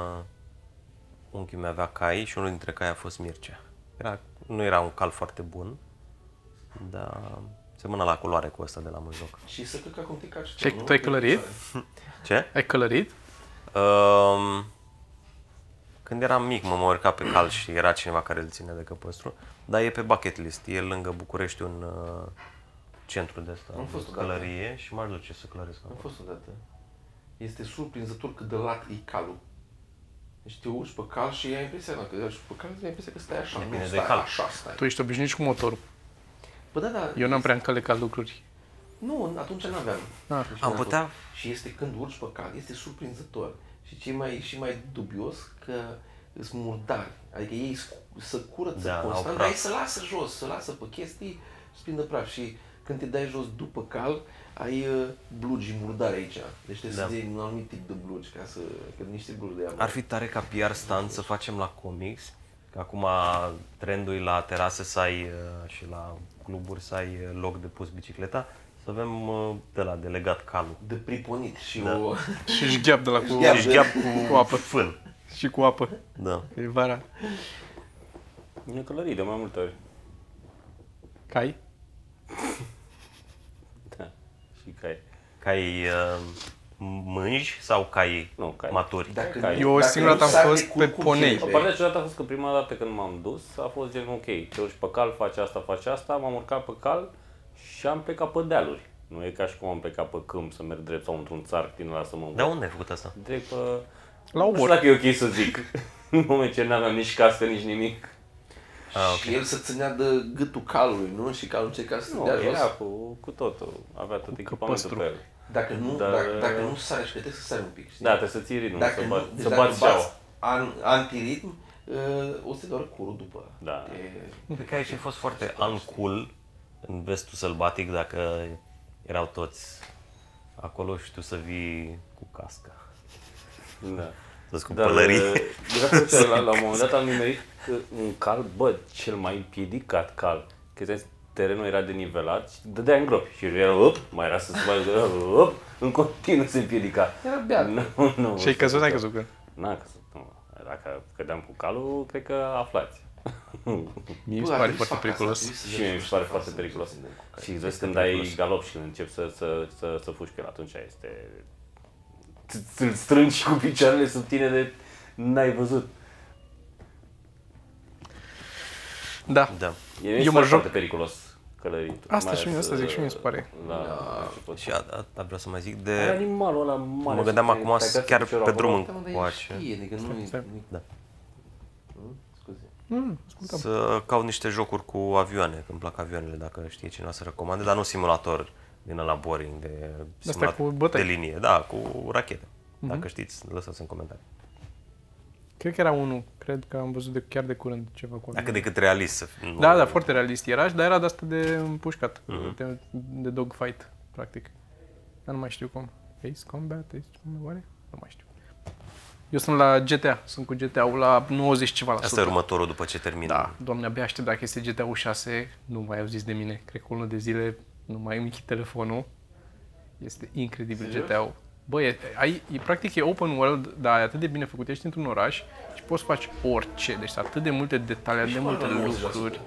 [SPEAKER 2] unchiul meu avea cai și unul dintre cai a fost Mircea. Era, nu era un cal foarte bun, dar semăna la culoare cu ăsta de la joc.
[SPEAKER 1] Și să cred că acum te caci. Da,
[SPEAKER 4] Ce, tu ai călărit?
[SPEAKER 2] Ce?
[SPEAKER 4] Ai călărit?
[SPEAKER 2] Um, când eram mic mă mai urca pe cal și era cineva care îl ține de căpăstru, dar e pe bucket list. E lângă București un uh, centru de asta,
[SPEAKER 1] Am
[SPEAKER 2] de
[SPEAKER 1] fost odată.
[SPEAKER 2] călărie și m-aș duce să călăresc
[SPEAKER 1] Am
[SPEAKER 2] acolo.
[SPEAKER 1] fost odată. Este surprinzător cât de lat e calul. Deci te urci pe cal și ai impresia că ești pe cal, ai impresia că stai așa,
[SPEAKER 2] Depinde
[SPEAKER 1] nu
[SPEAKER 2] de
[SPEAKER 1] stai
[SPEAKER 2] cal.
[SPEAKER 1] așa, stai.
[SPEAKER 4] Tu ești obișnuit cu motorul.
[SPEAKER 1] Bă, da, da,
[SPEAKER 4] Eu n-am prea încălecat lucruri.
[SPEAKER 1] nu, atunci n-aveam.
[SPEAKER 4] Ah.
[SPEAKER 1] Deci
[SPEAKER 2] Am
[SPEAKER 1] n-a
[SPEAKER 2] putea-
[SPEAKER 1] fost. Și este când urci pe cal, este surprinzător. Și ce e mai, și mai dubios că îs murdari. Adică ei scu- să curăță
[SPEAKER 2] Da,
[SPEAKER 1] da,
[SPEAKER 2] au
[SPEAKER 1] constant,
[SPEAKER 2] praf.
[SPEAKER 1] dar ei să lasă jos, să lasă pe chestii, să prindă praf. Și când te dai jos după cal, ai uh, blugi murdare aici. Deci trebuie
[SPEAKER 2] Da.
[SPEAKER 1] să-ți iei un anumit tip de blugi, ca să, că niște blugi de ea.
[SPEAKER 2] Ar fi tare ca PR stand să facem la comics, că acum trendul e la terase să ai uh, și la cluburi să ai uh, loc de pus bicicleta, să avem uh, de la delegat calul.
[SPEAKER 1] de priponit și
[SPEAKER 2] Da.
[SPEAKER 1] da. o...
[SPEAKER 4] Și își gheap de la cu,
[SPEAKER 1] Gheap.
[SPEAKER 2] Deci gheap
[SPEAKER 4] cu apă.
[SPEAKER 2] fân.
[SPEAKER 4] Și cu apă.
[SPEAKER 2] Da.
[SPEAKER 4] E vara.
[SPEAKER 3] Mi-a călărit de mai multe ori.
[SPEAKER 4] Cai?
[SPEAKER 3] Da. Și cai.
[SPEAKER 2] Cai uh, mânji sau cai,
[SPEAKER 3] Nu, cai.
[SPEAKER 2] maturi?
[SPEAKER 1] Dacă,
[SPEAKER 3] Cai.
[SPEAKER 4] Eu
[SPEAKER 1] dacă
[SPEAKER 4] singura
[SPEAKER 1] nu
[SPEAKER 4] dată am
[SPEAKER 1] sare
[SPEAKER 4] fost
[SPEAKER 1] cu-
[SPEAKER 4] pe
[SPEAKER 1] cu
[SPEAKER 4] ponei.
[SPEAKER 3] O
[SPEAKER 1] piele.
[SPEAKER 3] partea ciudată a fost că prima dată când m-am dus a fost gen ok, te urci pe cal, faci asta, faci asta, m-am urcat pe cal și am plecat pe dealuri. Nu e ca și cum am plecat pe câmp să merg drept sau într-un țarc din ăla să mă
[SPEAKER 2] Da,
[SPEAKER 3] da.
[SPEAKER 2] unde ai făcut asta?
[SPEAKER 3] Drept pe...
[SPEAKER 4] La
[SPEAKER 3] Nu știu
[SPEAKER 4] obor.
[SPEAKER 3] dacă e ok să zic. în momentul ce n-aveam nici casă, nici nimic.
[SPEAKER 2] Ah, ok.
[SPEAKER 1] Și el se ținea de gâtul calului, nu? Și calul încerca să te
[SPEAKER 3] Nu,
[SPEAKER 1] dea jos.
[SPEAKER 3] era cu, cu totul. Avea tot echipamentul
[SPEAKER 4] căpăstru.
[SPEAKER 3] pe el.
[SPEAKER 1] Dacă nu,
[SPEAKER 3] Dar,
[SPEAKER 1] dar, dacă, dacă
[SPEAKER 3] uh,
[SPEAKER 1] nu sari, și că trebuie să sari un pic. Știi?
[SPEAKER 3] Da, trebuie să ții ritmul,
[SPEAKER 1] dacă
[SPEAKER 3] să,
[SPEAKER 1] nu,
[SPEAKER 3] bat,
[SPEAKER 1] deci
[SPEAKER 3] să
[SPEAKER 1] dacă
[SPEAKER 3] bați
[SPEAKER 1] bați
[SPEAKER 3] seaua.
[SPEAKER 1] an, antiritm, uh, o să te doar curul după.
[SPEAKER 3] Da.
[SPEAKER 1] E,
[SPEAKER 2] Cred că aici a fost foarte uncool în vestul sălbatic dacă erau toți acolo și tu să vii cu casca.
[SPEAKER 3] Da.
[SPEAKER 2] Să-ți cu
[SPEAKER 3] Dar,
[SPEAKER 2] pălării.
[SPEAKER 3] uh, de fapt, uite, la, la un moment dat am nimerit că un cal, bă, cel mai împiedicat cal. Că ți-am zis, terenul era denivelat și dădea în gropi. Și era, op, mai era să se mai op, în continuu se împiedica.
[SPEAKER 1] Era beat.
[SPEAKER 3] Nu, nu.
[SPEAKER 4] Și ai căzut, n-ai căzut. că-
[SPEAKER 3] N-am căzut, nu. Dacă cădeam cu calul, cred că aflați.
[SPEAKER 4] Mie mi
[SPEAKER 1] Bă,
[SPEAKER 4] se
[SPEAKER 1] ar
[SPEAKER 4] pare
[SPEAKER 1] trebui să
[SPEAKER 4] foarte
[SPEAKER 1] fac
[SPEAKER 4] periculos.
[SPEAKER 1] asta, ar trebui să
[SPEAKER 3] Și mie mi
[SPEAKER 1] merg
[SPEAKER 3] se pare
[SPEAKER 1] acasă,
[SPEAKER 3] foarte
[SPEAKER 1] să
[SPEAKER 3] periculos.
[SPEAKER 1] merg cu calul.
[SPEAKER 3] Și exact când ai galop și când începi să, să, să, să fugi pe el, atunci este... ți- Îl strângi cu picioarele sub tine de... N-ai văzut.
[SPEAKER 4] Da.
[SPEAKER 2] Da.
[SPEAKER 3] E
[SPEAKER 4] Eu
[SPEAKER 3] mi se
[SPEAKER 4] mă
[SPEAKER 3] pare
[SPEAKER 4] joc-
[SPEAKER 3] foarte periculos călăritul.
[SPEAKER 4] Asta
[SPEAKER 3] mai
[SPEAKER 4] și mie,
[SPEAKER 3] ales,
[SPEAKER 4] asta zic și mie,
[SPEAKER 3] uh,
[SPEAKER 4] se pare.
[SPEAKER 3] La,
[SPEAKER 1] Da.
[SPEAKER 3] început.
[SPEAKER 2] Și a, a, a vreau să mai zic
[SPEAKER 3] Are
[SPEAKER 2] de...
[SPEAKER 3] animalul ăla mare.
[SPEAKER 2] Mă gândeam
[SPEAKER 3] sub tine,
[SPEAKER 2] acum
[SPEAKER 3] te-ai căzut
[SPEAKER 2] chiar
[SPEAKER 3] piciorul
[SPEAKER 2] pe
[SPEAKER 3] acolo.
[SPEAKER 2] drum
[SPEAKER 1] Da, mă, dar el
[SPEAKER 2] încoace
[SPEAKER 1] știe, adică nu
[SPEAKER 4] Stai,
[SPEAKER 1] e...
[SPEAKER 4] stai.
[SPEAKER 1] nu e-
[SPEAKER 2] Da.
[SPEAKER 1] Hmm? Scuze.
[SPEAKER 4] Mm, ascultam.
[SPEAKER 2] să caut niște jocuri cu avioane, că îmi plac avioanele, dacă știe cineva să recomande, dar nu simulator din la boring, de, simulat-
[SPEAKER 4] cu bătăi. Mhm.
[SPEAKER 2] de linie, da, cu rachete. Dacă știți, lăsați în comentarii.
[SPEAKER 4] Cred că era unul. Cred că am văzut de, chiar de curând ceva cu
[SPEAKER 2] Dacă
[SPEAKER 4] avionul.
[SPEAKER 2] de cât realist să fi- nu,
[SPEAKER 4] Da, da, foarte realist era, și- dar era de asta de împușcat, de, de dogfight, practic. Dar nu mai știu cum. Ace Combat? Ace Combat, oare? Nu mai știu. Eu sunt la GTA, sunt cu GTA-ul la 90 ceva la
[SPEAKER 2] Asta e următorul după ce termin.
[SPEAKER 4] Da, doamne, abia aștept dacă este GTA 6, nu mai au zis de mine. Cred că o lună de zile nu mai îmi închid telefonul. Este incredibil GTA-ul. Bă, e, ai, e, practic e open world, dar e atât de bine făcut, ești într-un oraș și poți să faci orice, deci atât de multe detalii, atât de multe lucruri.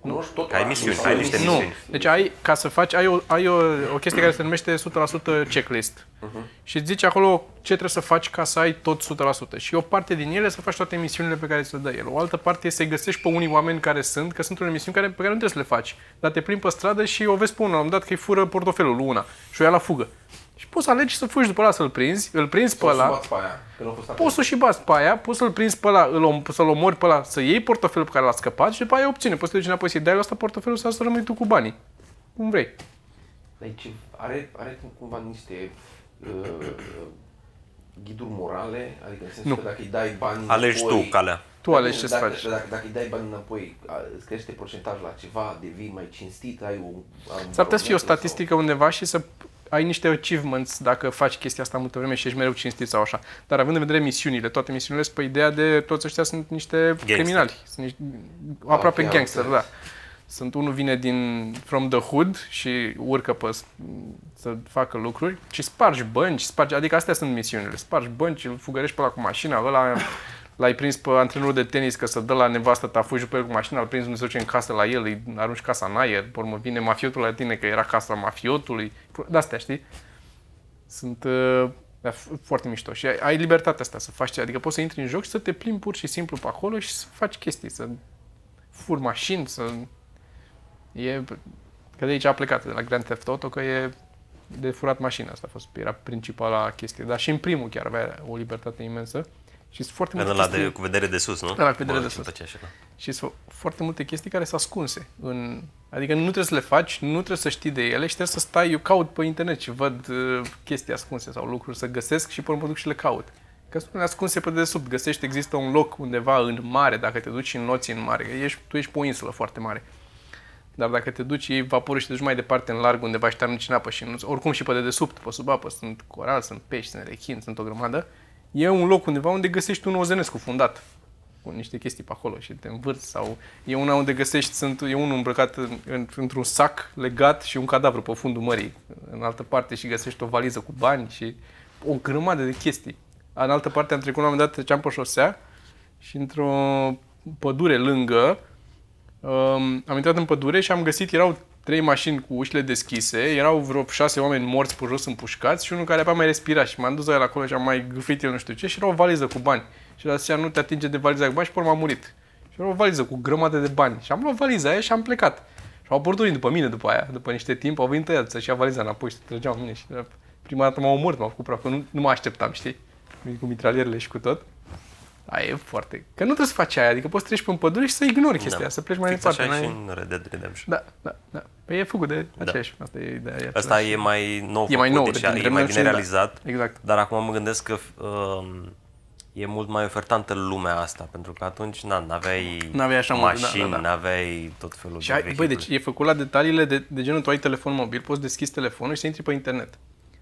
[SPEAKER 1] Cunoști tot.
[SPEAKER 2] Ai misiuni, ai niște
[SPEAKER 4] Nu,
[SPEAKER 2] misiuni.
[SPEAKER 4] deci ai, ca să faci, ai o, ai o, o chestie care se numește 100% checklist
[SPEAKER 2] Mhm.
[SPEAKER 4] uh-huh. și îți zici acolo ce trebuie să faci ca să ai tot 100% și o parte din ele să faci toate misiunile pe care ți le dă el. O altă parte e să-i găsești pe unii oameni care sunt, că sunt unele misiuni care, pe care nu trebuie să le faci, dar te plimbi pe stradă și o vezi pe unul, am dat că-i fură portofelul lui una și o ia la fugă. Și poți să alegi să fugi după ăla să-l prinzi, îl prinzi pe ăla,
[SPEAKER 1] Pe aia, că nu a fost atent.
[SPEAKER 4] poți să și bați pe aia, poți să-l prinzi pe ăla, îl om, să-l omori pe ăla, să iei portofelul pe care l-a scăpat și după aia obține. Poți să te duci înapoi să-i dai la asta portofelul sau să rămâi tu cu banii. Cum vrei.
[SPEAKER 1] Deci are, are cumva niște uh, ghiduri morale, adică în sensul
[SPEAKER 4] Nu.
[SPEAKER 1] că dacă îi dai bani
[SPEAKER 2] Alegi
[SPEAKER 1] înapoi,
[SPEAKER 2] tu calea.
[SPEAKER 4] Tu alegi ce să
[SPEAKER 1] dacă,
[SPEAKER 4] faci.
[SPEAKER 1] Dacă, dacă îi dai bani înapoi, a, îți crește procentajul la ceva, devii mai cinstit, ai un... ai un
[SPEAKER 4] S-ar putea să fie o
[SPEAKER 1] barometru sau-
[SPEAKER 4] statistică undeva și să ai niște achievements dacă faci chestia asta multă vreme și ești mereu cinstit sau așa. Dar având în vedere misiunile, toate misiunile sunt pe ideea de toți ăștia sunt niște gangster. criminali, sunt niște, aproape
[SPEAKER 1] Ah, ok, am
[SPEAKER 4] gangster,
[SPEAKER 1] înțeles.
[SPEAKER 4] da. Sunt unul vine din From the Hood și urcă pe s- să facă lucruri și spargi bănci, spargi, adică astea sunt misiunile. Spargi bănci, îl fugărești pe la cu mașina, ăla l-ai prins pe antrenorul de tenis că să dă la nevastă ta, fugi pe el cu mașina, îl prinzi unde se duce în casă la el, îi arunci casa în aer, pe urmă vine mafiotul la tine că era casa mafiotului, de astea, știi? Sunt uh, da, f- foarte mișto și ai, ai libertatea asta să faci, ce- adică poți să intri în joc și să te plimbi pur și simplu pe acolo și să faci chestii, să fur mașini, să... E... Că de aici a plecat, de la Grand Theft Auto, că e de furat mașina. Asta a fost, era principala chestie. Dar și în primul chiar avea o libertate imensă. Și sunt foarte
[SPEAKER 2] Când
[SPEAKER 4] multe
[SPEAKER 2] ăla
[SPEAKER 4] chestii,
[SPEAKER 2] de, cu vedere de sus, nu?
[SPEAKER 4] Ăla cu vedere
[SPEAKER 2] Bă, ce-mi
[SPEAKER 4] de sus.
[SPEAKER 2] plăcea așa, da.
[SPEAKER 4] și sunt foarte multe chestii care sunt ascunse. În, adică nu trebuie să le faci, nu trebuie să știi de ele și trebuie să stai, eu caut pe internet și văd uh, chestii ascunse sau lucruri să găsesc și pe urmă mă duc și le caut. Că sunt unele ascunse pe dedesubt, găsești, există un loc undeva în mare, dacă te duci în noții în mare, că ești, tu ești pe o insulă foarte mare. Dar dacă te duci, iei vaporul și te duci mai departe în larg undeva și te arunci în apă și nu, oricum și pe dedesubt, pe sub apă, sunt coral, sunt pești, sunt rechin, sunt o grămadă, e un loc undeva unde găsești un ozenesc cufundat cu niște chestii pe acolo și te învârți sau e una unde găsești, sunt, e unul îmbrăcat în, în, într-un sac legat și un cadavru pe fundul mării în altă parte și găsești o valiză cu bani și o grămadă de chestii. În altă parte am trecut la un moment dat, treceam pe șosea și într-o pădure lângă Um, am intrat în pădure și am găsit, erau trei mașini cu ușile deschise, erau vreo șase oameni morți pe jos împușcați și unul care abia mai respira și m-am dus la el acolo și am mai gâfrit el nu știu ce și era o valiză cu bani. Și la zicea, nu te atinge de valiza cu bani și pe urmă a murit. Și era o valiză cu grămadă de bani. Și am luat valiza aia și am plecat. Și au apărut unii după mine după aia, după niște timp, au venit ăia să-și ia valiza înapoi și se trăgeau în mine și era- prima dată m-au omorât, m-au făcut praf, că nu, nu mă așteptam, știi? Cu mitralierele și cu tot. Aia e foarte... Că nu trebuie să faci aia, adică poți să treci prin pădure și să ignori chestia aia, să pleci mai
[SPEAKER 2] Fix
[SPEAKER 4] departe.
[SPEAKER 2] Da. Așa
[SPEAKER 4] n-ai-
[SPEAKER 2] și în Red Dead Redemption.
[SPEAKER 4] da, da, da. Păi e făcut de aceeași. Asta e ideea. e
[SPEAKER 2] Asta
[SPEAKER 4] același.
[SPEAKER 2] e mai nou
[SPEAKER 4] Da. E mai
[SPEAKER 2] făcut,
[SPEAKER 4] nou,
[SPEAKER 2] deci
[SPEAKER 4] de
[SPEAKER 2] e mai bine
[SPEAKER 4] da.
[SPEAKER 2] realizat.
[SPEAKER 4] Exact.
[SPEAKER 2] Dar acum mă gândesc că uh, e mult mai ofertantă lumea asta, pentru că atunci na, n-aveai
[SPEAKER 4] N-aveai așa mult, da,
[SPEAKER 2] mașini,
[SPEAKER 4] da, da.
[SPEAKER 2] n-aveai tot felul
[SPEAKER 4] Și
[SPEAKER 2] de
[SPEAKER 4] ai, băi,
[SPEAKER 2] vehicule.
[SPEAKER 4] deci e făcut la detaliile de, de genul tu ai telefon mobil, poți deschizi telefonul și să intri pe internet.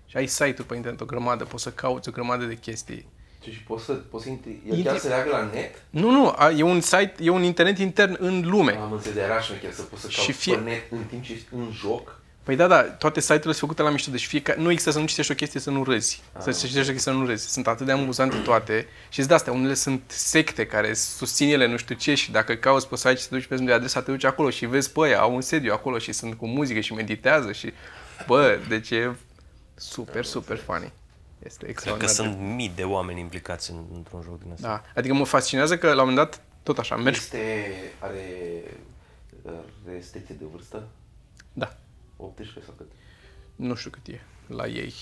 [SPEAKER 4] Și ai site-uri pe internet, o grămadă, poți să cauți o grămadă de chestii.
[SPEAKER 1] Și, și Deci poți să, poți să intri, el
[SPEAKER 4] Intri-
[SPEAKER 1] chiar se leagă la net?
[SPEAKER 4] Nu, nu, a, e un site, e un internet intern în lume.
[SPEAKER 1] Am înțeles, era și chiar să poți să
[SPEAKER 4] Și
[SPEAKER 1] cauți
[SPEAKER 4] fie-
[SPEAKER 1] pe net în timp ce ești în joc?
[SPEAKER 4] Păi da, da, toate site-urile sunt făcute la mișto, deci fie nu există să nu citești o chestie să nu râzi. Să citești o chestie să nu râzi. Sunt atât de amuzante toate și de astea, unele sunt secte care susțin ele nu știu ce și dacă cauți pe site și te duci pe de adresa, te duci acolo și vezi pe aia, au un sediu acolo și sunt cu muzică și meditează și bă, deci e super, super funny. Este
[SPEAKER 2] Cred că
[SPEAKER 4] extraordinar. de-
[SPEAKER 2] sunt mii de oameni implicați în, într-un joc din ăsta.
[SPEAKER 4] Da, adică mă fascinează că la un moment dat tot așa, mergi,
[SPEAKER 1] Este, are uh, restricție de vârstă?
[SPEAKER 4] da,
[SPEAKER 1] 18 sau cât?
[SPEAKER 4] nu știu cât e la ei,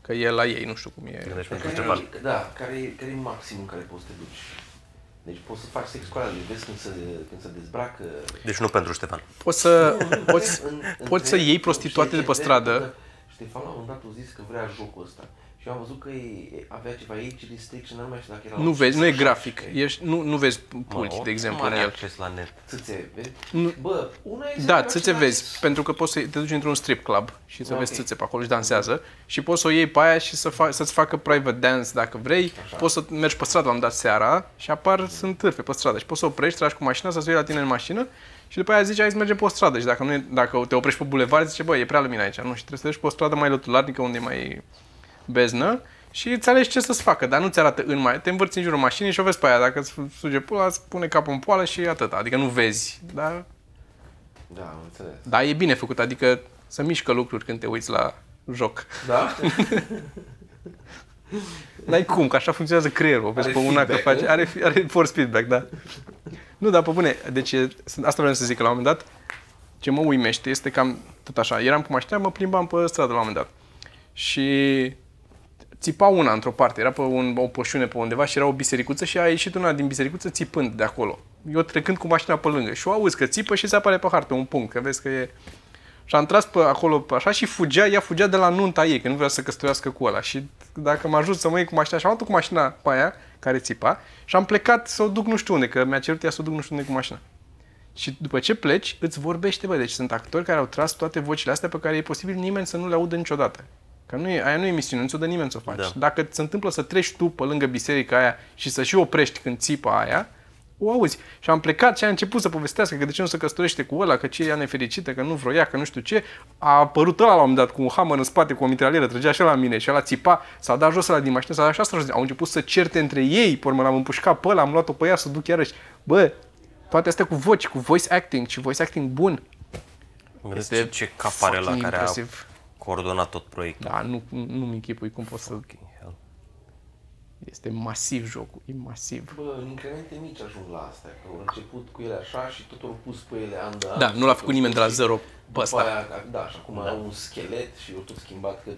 [SPEAKER 4] că e la ei, nu știu cum e.
[SPEAKER 2] Deci, pentru
[SPEAKER 1] Care,
[SPEAKER 2] ceva.
[SPEAKER 1] e- da, care, e- care e maximul în care poți să te duci? Deci poți să faci sex cu alea, le vezi când se, când se dezbracă.
[SPEAKER 2] deci nu pentru Ștefan.
[SPEAKER 4] Poți să, poți,
[SPEAKER 1] În- în-
[SPEAKER 4] poți să
[SPEAKER 1] între-
[SPEAKER 4] iei prostituate de pe
[SPEAKER 1] știi ce?
[SPEAKER 4] stradă,
[SPEAKER 1] Ștefan la un moment dat a zis că vrea jocul ăsta. Și eu am văzut că e, avea ceva age restriction, dar nu mai știu dacă era... la
[SPEAKER 4] Nu vezi, nu e
[SPEAKER 1] 18,
[SPEAKER 4] grafic. Ești, nu, nu vezi pulchi,
[SPEAKER 2] oricum
[SPEAKER 4] de exemplu, în
[SPEAKER 2] are
[SPEAKER 4] el.
[SPEAKER 2] acces la net.
[SPEAKER 1] Țâțe, vezi?
[SPEAKER 4] Nu-
[SPEAKER 1] Bă, una e să
[SPEAKER 4] Da,
[SPEAKER 1] faci
[SPEAKER 4] țâțe
[SPEAKER 1] la-
[SPEAKER 4] vezi, pentru că poți să te duci într-un strip club și să
[SPEAKER 1] Ok.
[SPEAKER 4] vezi țâțe pe acolo și dansează și poți să o iei pe aia și să fa- să-ți facă private dance dacă vrei,
[SPEAKER 1] Așa.
[SPEAKER 4] poți să mergi pe stradă, am dat seara și apar, sunt târfe pe stradă și poți să oprești, tragi cu mașina, să-ți iei la tine în mașină și după aia zici, hai să mergem pe o stradă și dacă, nu e, dacă te oprești pe bulevard, zice, bă, e prea lumină aici, nu, și trebuie să te duci pe o stradă mai lătularnică unde e mai beznă și îți alegi ce să-ți facă, dar nu-ți arată în mai, te învârți în jurul mașinii și o vezi pe aia, dacă îți suge pula, îți pune capul în poală și atâta, adică nu vezi, dar
[SPEAKER 1] Da, am înțeles.
[SPEAKER 4] da, e bine făcut, adică să mișcă lucruri când te uiți la joc.
[SPEAKER 1] Da?
[SPEAKER 4] N-ai cum, că așa funcționează creierul. O vezi
[SPEAKER 1] Are
[SPEAKER 4] pe una că
[SPEAKER 1] feedback,
[SPEAKER 4] face...
[SPEAKER 1] nu?
[SPEAKER 4] Are, fi- are force feedback, da. Nu, dar pe bune, deci e- sunt- asta vreau să zic că la un moment dat, ce mă uimește este cam tot așa. Eram cu mașina, mă plimbam pe stradă la un moment dat. Și țipa una într-o parte, era pe un, o pășune pe undeva și era o bisericuță și a ieșit una din bisericuță țipând de acolo. Eu trecând cu mașina pe lângă și o auzi că țipă și se apare pe hartă un punct, că vezi că e... Și am tras pe acolo pe așa și fugea, ea fugea de la nunta ei, că nu vrea să căsătorească cu ăla. Și dacă m-a ajut să mă iei cu mașina, și am luat cu mașina pe aia, care țipa, și am plecat să o duc nu știu unde, că mi-a cerut ea să o duc nu știu unde cu mașina. Și după ce pleci, îți vorbește, bă, deci sunt actori care au tras toate vocile astea pe care e posibil nimeni să nu le audă niciodată. Că nu e, aia nu e misiune, nu ți-o dă nimeni să o faci.
[SPEAKER 2] Da.
[SPEAKER 4] Dacă ți se întâmplă să treci tu pe lângă biserica aia și să și oprești când țipa aia, o auzi. Și am plecat și a început să povestească că de ce nu se căsătorește cu ăla, că ce ea nefericită, că nu vroia, că nu știu ce. A apărut ăla la un moment dat cu un hammer în spate, cu o mitralieră, trăgea și la mine și la țipa, s-a dat jos la din mașină, s-a dat și asta jos. Au început să certe între ei, pe urmă l-am împușcat pe ăla, am luat-o pe ea să o duc iarăși. Bă, toate astea cu voci, cu voice acting și voice acting bun.
[SPEAKER 2] Este ce, ce cap are la
[SPEAKER 4] fucking
[SPEAKER 2] care
[SPEAKER 4] impresiv.
[SPEAKER 2] a coordonat tot proiectul.
[SPEAKER 4] Da, nu, nu-mi închipui cum poți să...
[SPEAKER 2] hell.
[SPEAKER 4] Este masiv jocul, e masiv.
[SPEAKER 1] Bă, în incremente mici ajung la asta, că au început cu ele așa și tot au pus pe ele an de an.
[SPEAKER 4] Da, nu l-a făcut nimeni de la zero pe
[SPEAKER 1] După
[SPEAKER 4] ăsta.
[SPEAKER 1] aia, da, și acum da. au un schelet și eu tot schimbat, că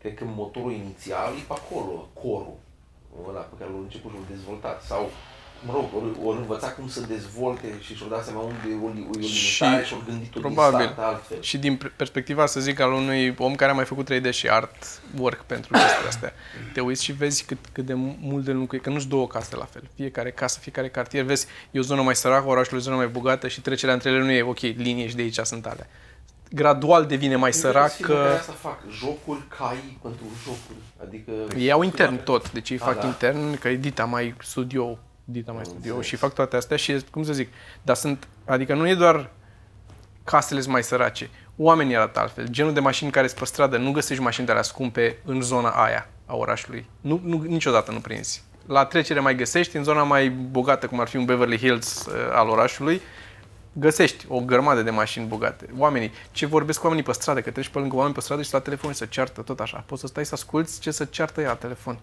[SPEAKER 1] cred că motorul inițial e pe acolo, corul ăla pe care l-au început și l-au dezvoltat. Sau, mă rog, ori, ori învăța cum să dezvolte și și-au dat seama unde e o, li- o, e o
[SPEAKER 4] Și
[SPEAKER 1] limitare și-au gândit-o
[SPEAKER 4] probabil.
[SPEAKER 1] din start altfel.
[SPEAKER 4] Și din pre- perspectiva, să zic, al unui om care a mai făcut 3D și art work pentru chestiile astea, te uiți și vezi cât, cât de mult de lucru e, că nu sunt două case la fel. Fiecare casă, fiecare cartier, vezi, e o zonă mai săracă, orașul e o zonă mai bogată și trecerea între ele nu e ok, linie și de aici sunt alea. Gradual devine mai
[SPEAKER 1] Că
[SPEAKER 4] săracă.
[SPEAKER 1] asta fac, jocuri cai pentru jocuri. Adică...
[SPEAKER 4] Ei au intern tot, deci ei
[SPEAKER 1] A,
[SPEAKER 4] fac
[SPEAKER 1] da. Mm.
[SPEAKER 4] intern, că e Dita mai studio, Dita mai studio
[SPEAKER 1] înțeles.
[SPEAKER 4] și fac toate astea și, cum să zic, dar sunt, adică nu e doar casele sunt mai sărace, oamenii arată altfel, genul de mașini care sunt pe stradă, nu găsești mașini de alea scumpe în zona aia a orașului, nu, nu, niciodată nu prinzi. La trecere mai găsești, în zona mai bogată, cum ar fi un Beverly Hills uh, al orașului, găsești o grămadă de mașini bogate. Oamenii, ce vorbesc cu oamenii pe stradă, că treci pe lângă oameni pe stradă și la telefon și să ceartă, tot așa. Poți să stai să asculți ce să ceartă ea la telefon.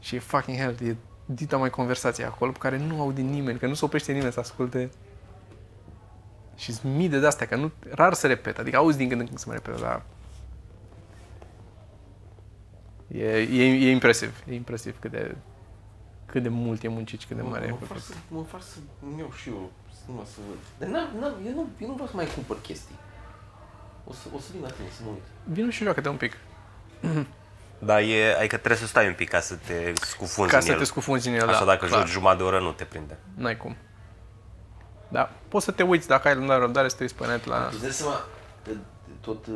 [SPEAKER 4] Și e fucking hell, e dita mai conversație acolo pe care nu aude nimeni, că nu se oprește nimeni să asculte. Și sunt mii de astea, că nu, rar se repetă, adică auzi din când în când se mai repetă, dar... E, e, e impresiv, e impresiv cât de, cât de mult e muncit, cât de
[SPEAKER 1] Mă-
[SPEAKER 4] mare e
[SPEAKER 1] mă,
[SPEAKER 4] făcut.
[SPEAKER 1] fac să, mă fac să îmi iau și eu, să nu să văd. Dar n-am, n-am, eu, nu, eu nu vreau să mai cumpăr chestii. O să, o să vin la tine să mă uit.
[SPEAKER 4] Vino și joacă-te un pic.
[SPEAKER 2] Dar e, adică trebuie să stai un pic ca să te scufunzi
[SPEAKER 4] Ca
[SPEAKER 2] în
[SPEAKER 4] să
[SPEAKER 2] el.
[SPEAKER 4] te scufunzi în el,
[SPEAKER 2] Așa
[SPEAKER 4] da,
[SPEAKER 2] dacă
[SPEAKER 4] clar.
[SPEAKER 2] joci jumătate de oră nu te prinde.
[SPEAKER 4] N-ai cum. Da, poți să te uiți dacă ai lumea răbdare să te uiți pe net la...
[SPEAKER 1] Tu îți dai seama că tot uh,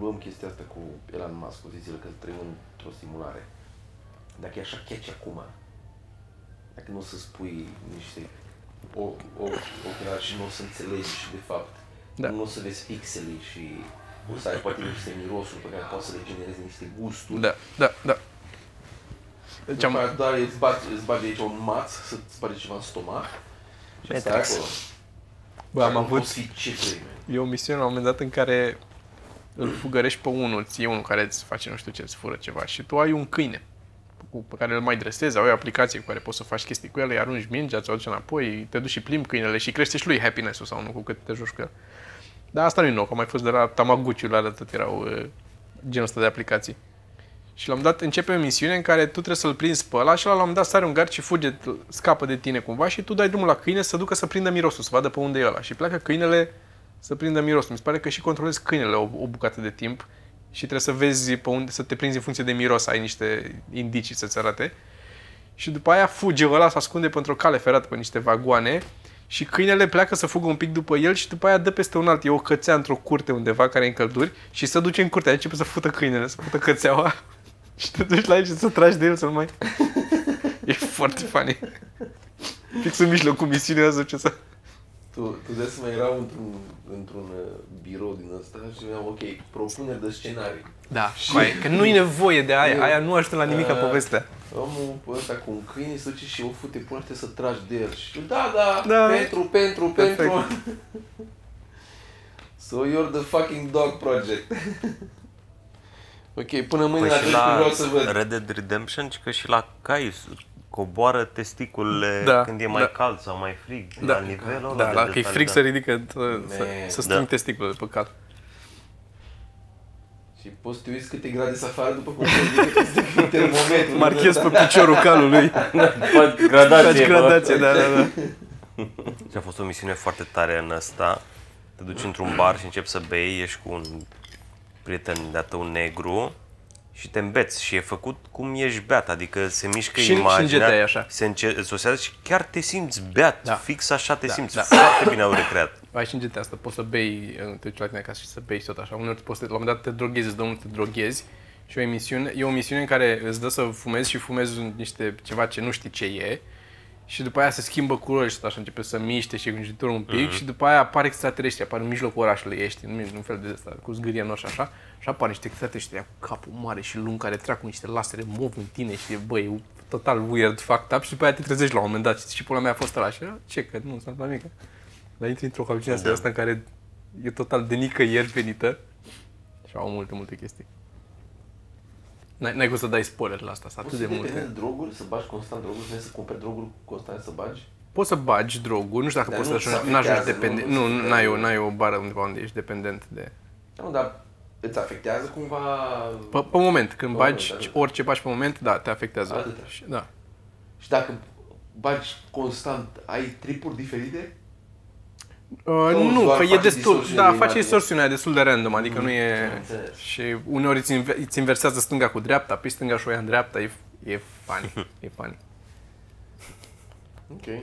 [SPEAKER 1] luăm chestia asta cu Elon Musk, cu zile că trăim într-o simulare. Dacă e așa catch acum, dacă nu o să spui niște o, o, ochelari și nu o să înțelegi de fapt,
[SPEAKER 4] Da.
[SPEAKER 1] da. nu o să vezi pixele și o să ai poate niște mirosuri pe care poți să le generezi niște gusturi.
[SPEAKER 4] Da, da, da. Deci
[SPEAKER 1] Deci
[SPEAKER 4] am...
[SPEAKER 1] doar îți bagi, îți bagi aici un maț să-ți bage ceva în stomac și stai
[SPEAKER 4] Matrix.
[SPEAKER 1] acolo.
[SPEAKER 4] Bă, am
[SPEAKER 1] Nu
[SPEAKER 4] avut...
[SPEAKER 1] poți fi ce vrei, man.
[SPEAKER 4] E o misiune la un moment dat în care îl fugărești pe unul, ție unul care îți face nu știu ce, îți fură ceva și tu ai un câine cu- pe care îl mai dresezi, au o aplicație cu care poți să faci chestii cu el, îi arunci mingea, ți-o aduce înapoi, te duci și plimbi câinele și crește și lui happiness-ul sau nu, cu cât te joci cu el. Dar asta nu e nou, că am mai fost de la Tamaguchi-ul alea, tot erau uh, genul ăsta de aplicații. Și la un moment dat începe o misiune în care tu trebuie să-l prinzi pe ăla și ăla la un moment dat sare un gard și fuge, t- scapă de tine cumva și tu dai drumul la câine să se ducă să prindă mirosul, să vadă pe unde e ăla. Și pleacă câinele să prindă mirosul. Mi se pare că și controlezi câinele o, o bucată de timp și trebuie să vezi pe unde, să te prinzi în funcție de miros, ai niște indicii să-ți arate. Și după aia fuge ăla, se ascunde pe o cale ferată pe niște vagoane și câinele pleacă să fugă un pic după el și după aia dă peste un alt. E o cățea într-o curte undeva care e în călduri și se duce în curte. Aia începe să fută câinele, să fută cățeaua și te duci la el și să tragi de el să mai... e foarte funny. Fix în mijlocul misiunii asta ce să...
[SPEAKER 1] Tu, tu des mai erau într-un, într-un uh, birou din ăsta și mi-am ok, propuneri de scenarii.
[SPEAKER 4] Da, coaie, că nu e nevoie de aia, aia nu ajută la nimic ca
[SPEAKER 1] Ah.
[SPEAKER 4] povestea.
[SPEAKER 1] Omul ăsta cu un câine se duce și o fute poate să tragi de el. Și da, da,
[SPEAKER 4] Da.
[SPEAKER 1] da. pentru, pentru,
[SPEAKER 4] Perfect.
[SPEAKER 1] pentru. so you're the fucking dog project. ok, până mâine
[SPEAKER 2] Păi
[SPEAKER 1] păi atunci
[SPEAKER 2] și
[SPEAKER 1] la...
[SPEAKER 2] la
[SPEAKER 1] vreau să văd.
[SPEAKER 2] Red Dead Redemption, ci că și la cai coboară testiculele
[SPEAKER 4] Da,
[SPEAKER 2] când e mai
[SPEAKER 4] da.
[SPEAKER 2] cald sau mai frig,
[SPEAKER 4] Da.
[SPEAKER 2] la nivelul ăla
[SPEAKER 4] Da,
[SPEAKER 2] de
[SPEAKER 4] la că e
[SPEAKER 2] detaliu,
[SPEAKER 4] fric
[SPEAKER 2] da.
[SPEAKER 4] să ridică, să, să,
[SPEAKER 1] Man.
[SPEAKER 4] să strâng
[SPEAKER 2] Da.
[SPEAKER 4] testiculele pe cal.
[SPEAKER 1] Și poți să te uiți câte grade sunt afară după cum te termometru.
[SPEAKER 4] Marchez pe piciorul calului.
[SPEAKER 3] Faci gradație,
[SPEAKER 4] Faci
[SPEAKER 3] bă.
[SPEAKER 4] gradație, da, da, da.
[SPEAKER 2] Și a fost o misiune foarte tare în asta. Te duci într-un bar și începi să bei, ești cu un prieten de-a tău negru și te îmbeți și e făcut cum ești beat, adică se mișcă
[SPEAKER 4] Și- și în
[SPEAKER 2] imaginea,
[SPEAKER 4] GTA e așa.
[SPEAKER 2] se înce- îți o seară și chiar te simți beat,
[SPEAKER 4] Da.
[SPEAKER 2] fix așa te
[SPEAKER 4] Da,
[SPEAKER 2] simți,
[SPEAKER 4] da.
[SPEAKER 2] foarte bine au recreat.
[SPEAKER 4] Ai și în GTA asta, poți să bei, uh, te duci la tine acasă și să bei și tot așa. Uneori poți să, la un moment dat te droghezi, îți dă unul să te droghezi. Și o emisiune, e o misiune în care îți dă să fumezi și fumezi un- niște ceva ce nu știi ce e. Și după aia se schimbă culori și tot așa, începe să miște și conjunctură un pic mm-hmm. și după aia apar extraterestri, apar în mijlocul orașului, ești în, în fel de ăsta, cu zgârie noș așa, și apar niște extraterestri ăia cu capul mare și lung care trag cu niște lasere mov în tine și e, băi, total weird, fucked up și după aia te trezești la un moment dat și zici, și pula mea a fost ăla și "Ah, ce, că nu s-a întâmplat nimic. Dar intri într-o cabină da. asta în care e total de nicăieri venită și au multe, multe chestii. N-ai, n-ai cum să dai spoiler la asta, sunt atât
[SPEAKER 1] Poți
[SPEAKER 4] de
[SPEAKER 1] să multe.
[SPEAKER 4] multe.
[SPEAKER 1] droguri, să bagi constant droguri, trebuie să cumperi droguri constant să bagi?
[SPEAKER 4] Poți să bagi droguri, nu știu dacă
[SPEAKER 1] Dar
[SPEAKER 4] poți să
[SPEAKER 1] nu
[SPEAKER 4] ajungi,
[SPEAKER 1] se
[SPEAKER 4] n-ajungi
[SPEAKER 1] afectează,
[SPEAKER 4] dependent.
[SPEAKER 1] nu? Nu
[SPEAKER 4] Nu,
[SPEAKER 1] se
[SPEAKER 4] n-ai o,
[SPEAKER 1] afectează.
[SPEAKER 4] n-ai o bară undeva unde ești dependent de...
[SPEAKER 1] Da, mă, dar îți afectează cumva...
[SPEAKER 4] Pe, pe moment, când
[SPEAKER 1] Pe
[SPEAKER 4] bagi
[SPEAKER 1] moment, da, da.
[SPEAKER 4] orice faci pe moment, da, te afectează.
[SPEAKER 1] Atâta.
[SPEAKER 4] Și- Da.
[SPEAKER 1] Și dacă bagi constant, ai tripuri diferite?
[SPEAKER 4] Uh, nu,
[SPEAKER 1] doar
[SPEAKER 4] că e
[SPEAKER 1] face
[SPEAKER 4] destul,
[SPEAKER 1] distorsiune
[SPEAKER 4] da,
[SPEAKER 1] de
[SPEAKER 4] face
[SPEAKER 1] imagine.
[SPEAKER 4] distorsiunea destul de random, adică nu e...
[SPEAKER 1] am Mm, înțeles.
[SPEAKER 4] Și uneori îți, inve- îți inversează stânga cu dreapta, pe stânga și o ia în dreapta, e, e funny, e funny.
[SPEAKER 1] Ok.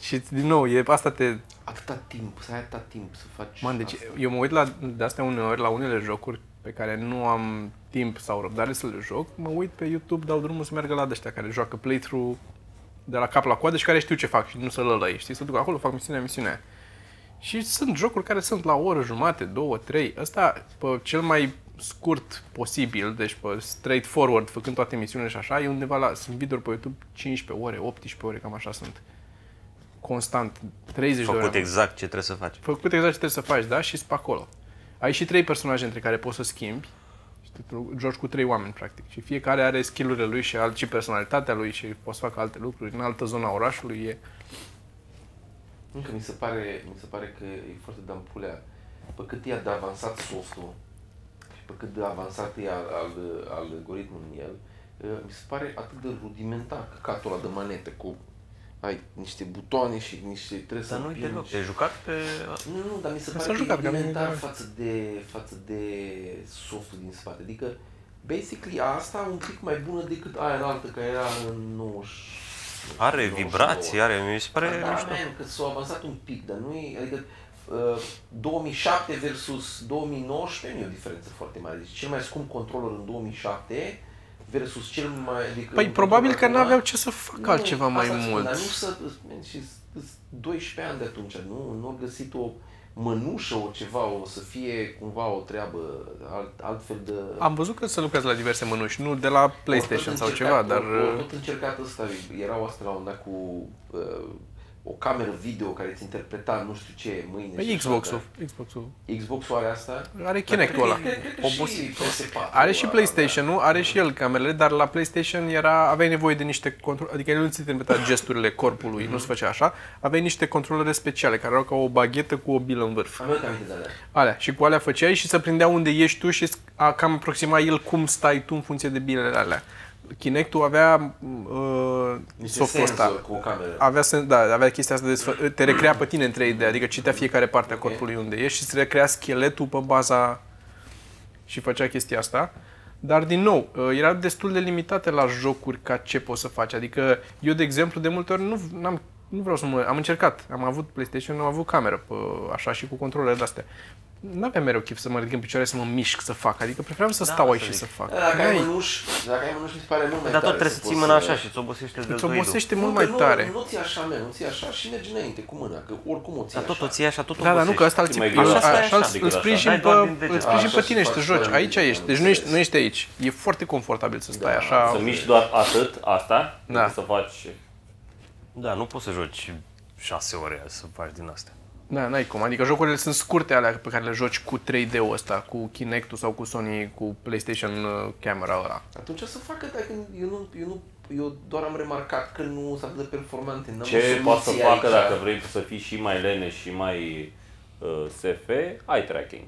[SPEAKER 4] Și din nou, e, asta te,
[SPEAKER 1] Atâta timp, să ai atâta timp să faci
[SPEAKER 4] Man, deci
[SPEAKER 1] asta.
[SPEAKER 4] eu mă uit la de astea uneori, la unele jocuri pe care nu am timp sau răbdare să le joc, mă uit pe YouTube, dau drumul să meargă la ăștia care joacă playthrough de la cap la coadă și care știu ce fac și nu să lălăi, știi? Să duc acolo, fac misiunea, misiunea aia. Și sunt jocuri care sunt la o oră jumate, două, trei. Ăsta, pe cel mai scurt posibil, deci pe straightforward, făcând toate misiunile și așa, e undeva la, sunt videouri pe YouTube 15 ore, 18 ore, cam așa sunt. Constant, 30 de ore.
[SPEAKER 2] Făcut
[SPEAKER 4] am
[SPEAKER 2] exact ce trebuie să faci.
[SPEAKER 4] făcut exact ce trebuie să faci, da? Și spa acolo. Ai și trei personaje între care poți să schimbi. Și te tru- joci cu trei oameni, practic. Și fiecare are skill-urile lui și, alt, și personalitatea lui și poți să facă alte lucruri în altă zona orașului. E...
[SPEAKER 1] Încă mi se pare, mi se pare că e foarte dampulea. Pe cât e de avansat softul și pe cât de avansat e al, al, al algoritmul în el, eh, mi se pare atât de rudimentar căcatul ăla de manete cu ai niște butoane și niște trebuie
[SPEAKER 2] Dar
[SPEAKER 1] să
[SPEAKER 2] nu uite
[SPEAKER 1] împingi.
[SPEAKER 2] deloc. E jucat pe...
[SPEAKER 1] Nu, nu, dar mi se
[SPEAKER 4] S-a
[SPEAKER 1] pare jucat,
[SPEAKER 4] jucat, că
[SPEAKER 1] că
[SPEAKER 4] am
[SPEAKER 1] e elementar
[SPEAKER 4] jucat.
[SPEAKER 1] față de, față de softul din spate. Adică, basically, asta un pic mai bună decât aia înaltă care era în 90.
[SPEAKER 2] Are
[SPEAKER 1] 99.
[SPEAKER 2] vibrații, are... Mi se pare
[SPEAKER 1] Da,
[SPEAKER 2] mișto.
[SPEAKER 1] man, că s-au avansat un pic, dar nu e, adică uh, 2007 versus 2019 nu e o diferență foarte mare. Deci cel mai scump controller în 2007 versus cel mai... Adică
[SPEAKER 4] Păi
[SPEAKER 1] un
[SPEAKER 4] probabil că
[SPEAKER 1] controller
[SPEAKER 4] n-aveau
[SPEAKER 1] acum-
[SPEAKER 4] ce să facă
[SPEAKER 1] da. nu,
[SPEAKER 4] altceva mai
[SPEAKER 1] asta spun,
[SPEAKER 4] mult.
[SPEAKER 1] Dar nu să... man, Și s- s- 12 ani de atunci, nu? Nu au găsit o mănușă, o ceva, o să fie cumva o treabă alt, altfel de...
[SPEAKER 4] Am văzut că se lucrează la diverse mănuși, nu de la PlayStation
[SPEAKER 1] Au tot
[SPEAKER 4] sau ceva,
[SPEAKER 1] încercat-
[SPEAKER 4] dar... uh,
[SPEAKER 1] au- au tot încercat ăsta, erau asta la un dat cu uh, o cameră video care îți interpreta nu știu ce mâine.
[SPEAKER 4] Pe
[SPEAKER 1] și
[SPEAKER 4] Păi Xbox-ul.
[SPEAKER 1] așa,
[SPEAKER 4] Xbox-ul.
[SPEAKER 1] da. Xbox-ul are asta?
[SPEAKER 4] Are Kinect-ul ăla.
[SPEAKER 1] Cred, cred că și
[SPEAKER 2] Obosit.
[SPEAKER 1] PS4.
[SPEAKER 4] Are și PlayStation-ul, are și el camerele, dar la PlayStation era, aveai nevoie de niște control, adică el nu ți interpreta gesturile corpului, nu se făcea așa, aveai niște controlere speciale care erau ca o baghetă cu o bilă în vârf.
[SPEAKER 1] da. Am eu aminte de alea.
[SPEAKER 4] Alea. Și cu alea făceai și se prindea unde ești tu și a, cam aproxima el cum stai tu în funcție de bilele alea. Kinect-ul avea uh,
[SPEAKER 1] Niște
[SPEAKER 4] softul ăsta.
[SPEAKER 1] senzori cu o cameră.
[SPEAKER 4] Avea, sen- da, avea chestia asta de sfă- te recrea pe tine în 3D, adică citea fiecare parte a corpului unde ești și îți recrea scheletul pe baza și făcea chestia asta. Dar, din nou, uh, era destul de limitate la jocuri ca ce poți să faci. Adică, eu, de exemplu, de multe ori nu, n-am, nu vreau să mă... Am încercat, am avut PlayStation, am avut cameră, pe, așa și cu controlele astea. N-aveam mereu chef să mă ridic în picioare, să mă mișc, să fac. Adică preferam să da, stau aici și să fac.
[SPEAKER 1] Dacă ai
[SPEAKER 4] N-ai-
[SPEAKER 1] mânuși, dacă ai mânuși, mi se pare mult mai
[SPEAKER 2] Dar tot
[SPEAKER 1] tare uh,
[SPEAKER 2] trebuie să ții
[SPEAKER 1] poți
[SPEAKER 2] mâna așa și îți obosește de
[SPEAKER 4] Îți obosește mult
[SPEAKER 1] Nu,
[SPEAKER 4] mai
[SPEAKER 1] că nu,
[SPEAKER 4] tare.
[SPEAKER 1] Nu ții așa, mea, nu ții așa și mergi înainte cu mâna, că oricum o ții
[SPEAKER 2] Dar tot o
[SPEAKER 1] așa.
[SPEAKER 2] ții așa, tot
[SPEAKER 4] Da, dar nu,
[SPEAKER 2] obosești.
[SPEAKER 4] că ăsta îl
[SPEAKER 3] E
[SPEAKER 4] ții,
[SPEAKER 3] mai
[SPEAKER 4] așa,
[SPEAKER 3] greu
[SPEAKER 4] așa,
[SPEAKER 3] așa,
[SPEAKER 4] așa,
[SPEAKER 3] decât așa.
[SPEAKER 4] îl sprijin
[SPEAKER 2] Dai
[SPEAKER 4] pe,
[SPEAKER 2] doar din deget.
[SPEAKER 4] îl sprijin
[SPEAKER 1] Așa
[SPEAKER 4] pe
[SPEAKER 1] și
[SPEAKER 4] tine și te
[SPEAKER 1] faci
[SPEAKER 4] joci.
[SPEAKER 1] doar
[SPEAKER 4] Aici
[SPEAKER 1] din
[SPEAKER 4] ești,
[SPEAKER 1] deget,
[SPEAKER 4] deci
[SPEAKER 1] am
[SPEAKER 4] nu ești, nu
[SPEAKER 1] înțeles.
[SPEAKER 4] ești aici. E foarte confortabil să stai
[SPEAKER 1] Da,
[SPEAKER 4] așa.
[SPEAKER 3] Să miști doar atât, asta,
[SPEAKER 4] Da.
[SPEAKER 3] da. să faci...
[SPEAKER 2] Da, nu poți să joci șase ore să faci din astea.
[SPEAKER 4] Da, n-ai cum. Adică jocurile sunt scurte alea pe care le joci cu 3D-ul ăsta, cu Kinect-ul sau cu Sony, cu PlayStation uh, camera ăla.
[SPEAKER 1] Atunci să facă, dacă eu nu, eu nu, eu doar am remarcat că nu sunt atât de performante. N-am o
[SPEAKER 3] Ce
[SPEAKER 1] soluție
[SPEAKER 3] poți să facă
[SPEAKER 1] aici.
[SPEAKER 3] dacă vrei să fii și mai lene și mai uh, SF, ai tracking.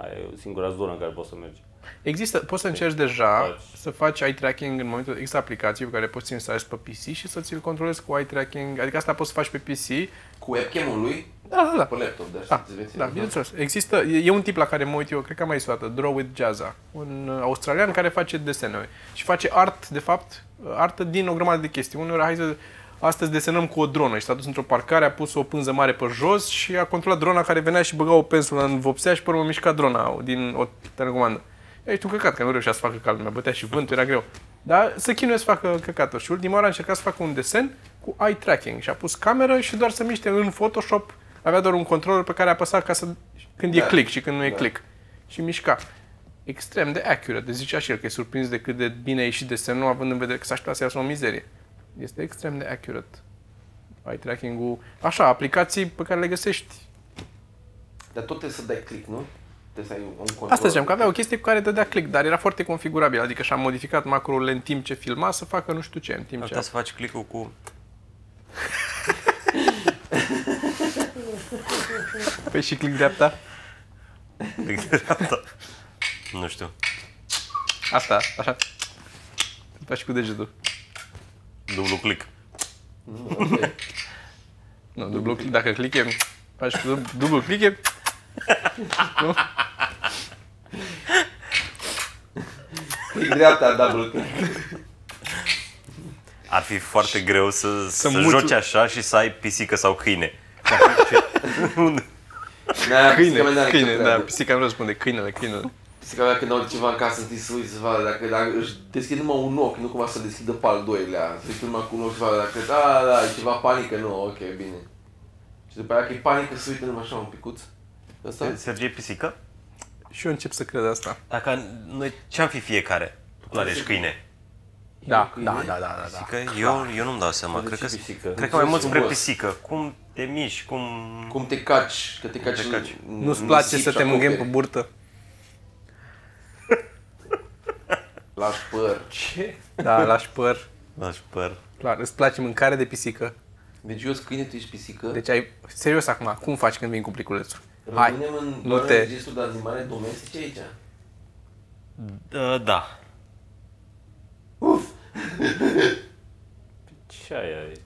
[SPEAKER 3] Ai singura zonă în care poți să mergi.
[SPEAKER 4] Există, poți să încerci deja
[SPEAKER 3] Faci.
[SPEAKER 4] să faci eye tracking în momentul, există aplicații pe care poți să instalezi pe PC și să ți-l controlezi cu eye tracking, adică asta poți să faci pe PC.
[SPEAKER 1] Cu webcam-ul lui,
[SPEAKER 4] Da, da, da.
[SPEAKER 1] pe laptop, de așa
[SPEAKER 4] Da,
[SPEAKER 1] să-ți vezi.
[SPEAKER 4] da, bineînțeles. Există, e, e un tip la care mă uit eu, cred că am mai zis o dată, Draw with Jazza, un uh, australian care face desene și face art, de fapt, uh, artă din o grămadă de chestii. Uneori, hai să, astăzi desenăm cu o dronă și s-a dus într-o parcare, a pus o pânză mare pe jos și a controlat drona care venea și băga o pensulă în vopsea și pe urmă mișca drona din o telecomandă. Ești un căcat, că nu reușea să facă calm, mi-a bătea și vântul, era greu. Dar să chinuie să facă căcatul. Și ultima oară a încercat să facă un desen cu eye tracking și a pus cameră și doar să miște în Photoshop. Avea doar un controller pe care apăsa ca să... când e
[SPEAKER 1] Da.
[SPEAKER 4] click și când nu e click. Și mișca. Extrem de accurate. Deci zicea și el că e surprins de cât de bine a ieșit desenul, având în vedere că s-a așteptat să iasă o mizerie. Este extrem de accurate. Eye tracking-ul... Așa, aplicații pe care le găsești.
[SPEAKER 1] Dar tot trebuie să dai click, nu? Trebuie să ai un control.
[SPEAKER 4] Asta ziceam, că avea o chestie cu care dădea click, dar era foarte configurabil. Adică și-a modificat macroul în timp ce filma să facă nu știu ce, în timp
[SPEAKER 2] Ar
[SPEAKER 4] ce...
[SPEAKER 2] putea să faci click-ul cu...
[SPEAKER 4] Pe Păi și click dreapta.
[SPEAKER 2] de dreapta. Nu știu.
[SPEAKER 4] Asta, așa. Îl faci cu degetul.
[SPEAKER 2] Dublu click.
[SPEAKER 1] Nu, asta e.
[SPEAKER 4] Nu, dublu click. Dacă click e... Faci cu dub- dublu click e... Nu?
[SPEAKER 1] Click dreapta, double click.
[SPEAKER 2] Ar fi foarte greu să, să,
[SPEAKER 4] muți-
[SPEAKER 2] joci așa și să ai pisică sau câine. Unde?
[SPEAKER 1] Ne-aia pisica mea
[SPEAKER 4] Câine,
[SPEAKER 1] n-are
[SPEAKER 4] câine,
[SPEAKER 1] nicio
[SPEAKER 4] da,
[SPEAKER 1] treabă.
[SPEAKER 4] pisica îmi răspunde, câinele, câinele.
[SPEAKER 1] Pisica mea când aude ceva în casă, întâi să uite să vadă dacă, dacă își deschid numai un ochi, nu cumva să deschidă pe al doilea. Să uite numai cu un ochi să vadă dacă, da, da, e ceva panică, nu, ok, bine. Și după aia că e panică, să uite numai așa un picuț. Asta?
[SPEAKER 2] Sergei pisică?
[SPEAKER 4] Și eu încep să cred asta.
[SPEAKER 2] Dacă noi ce-am fi fiecare? Tu aleși câine.
[SPEAKER 4] Da,
[SPEAKER 1] Câine?
[SPEAKER 4] da, da, da, da. da.
[SPEAKER 2] Pisică? Eu, eu nu-mi dau seama.
[SPEAKER 3] De
[SPEAKER 2] Cred
[SPEAKER 3] ce
[SPEAKER 2] că,
[SPEAKER 3] pisică?
[SPEAKER 2] cred că mai mult spre
[SPEAKER 1] Frumos.
[SPEAKER 2] pisică. Cum te miști, cum...
[SPEAKER 1] Cum te caci, că te caci,
[SPEAKER 2] te caci.
[SPEAKER 1] în- în
[SPEAKER 4] Nu-ți place
[SPEAKER 1] nisip
[SPEAKER 4] să
[SPEAKER 1] și
[SPEAKER 4] te mânghem pe
[SPEAKER 1] acoperi.
[SPEAKER 4] burtă?
[SPEAKER 1] Lași păr.
[SPEAKER 3] Ce?
[SPEAKER 4] Da, lași păr.
[SPEAKER 2] Lași păr.
[SPEAKER 4] Clar, îți place mâncare de pisică.
[SPEAKER 1] Deci eu sunt câine, tu ești pisică.
[SPEAKER 4] Deci ai... Serios acum, cum faci când vin cu pliculețul? Hai,
[SPEAKER 1] Rămânem în,
[SPEAKER 4] nu
[SPEAKER 1] doar în
[SPEAKER 4] te...
[SPEAKER 1] registrul de animale domestice aici.
[SPEAKER 2] Da, Da.
[SPEAKER 1] Uf!
[SPEAKER 3] Ce aia e?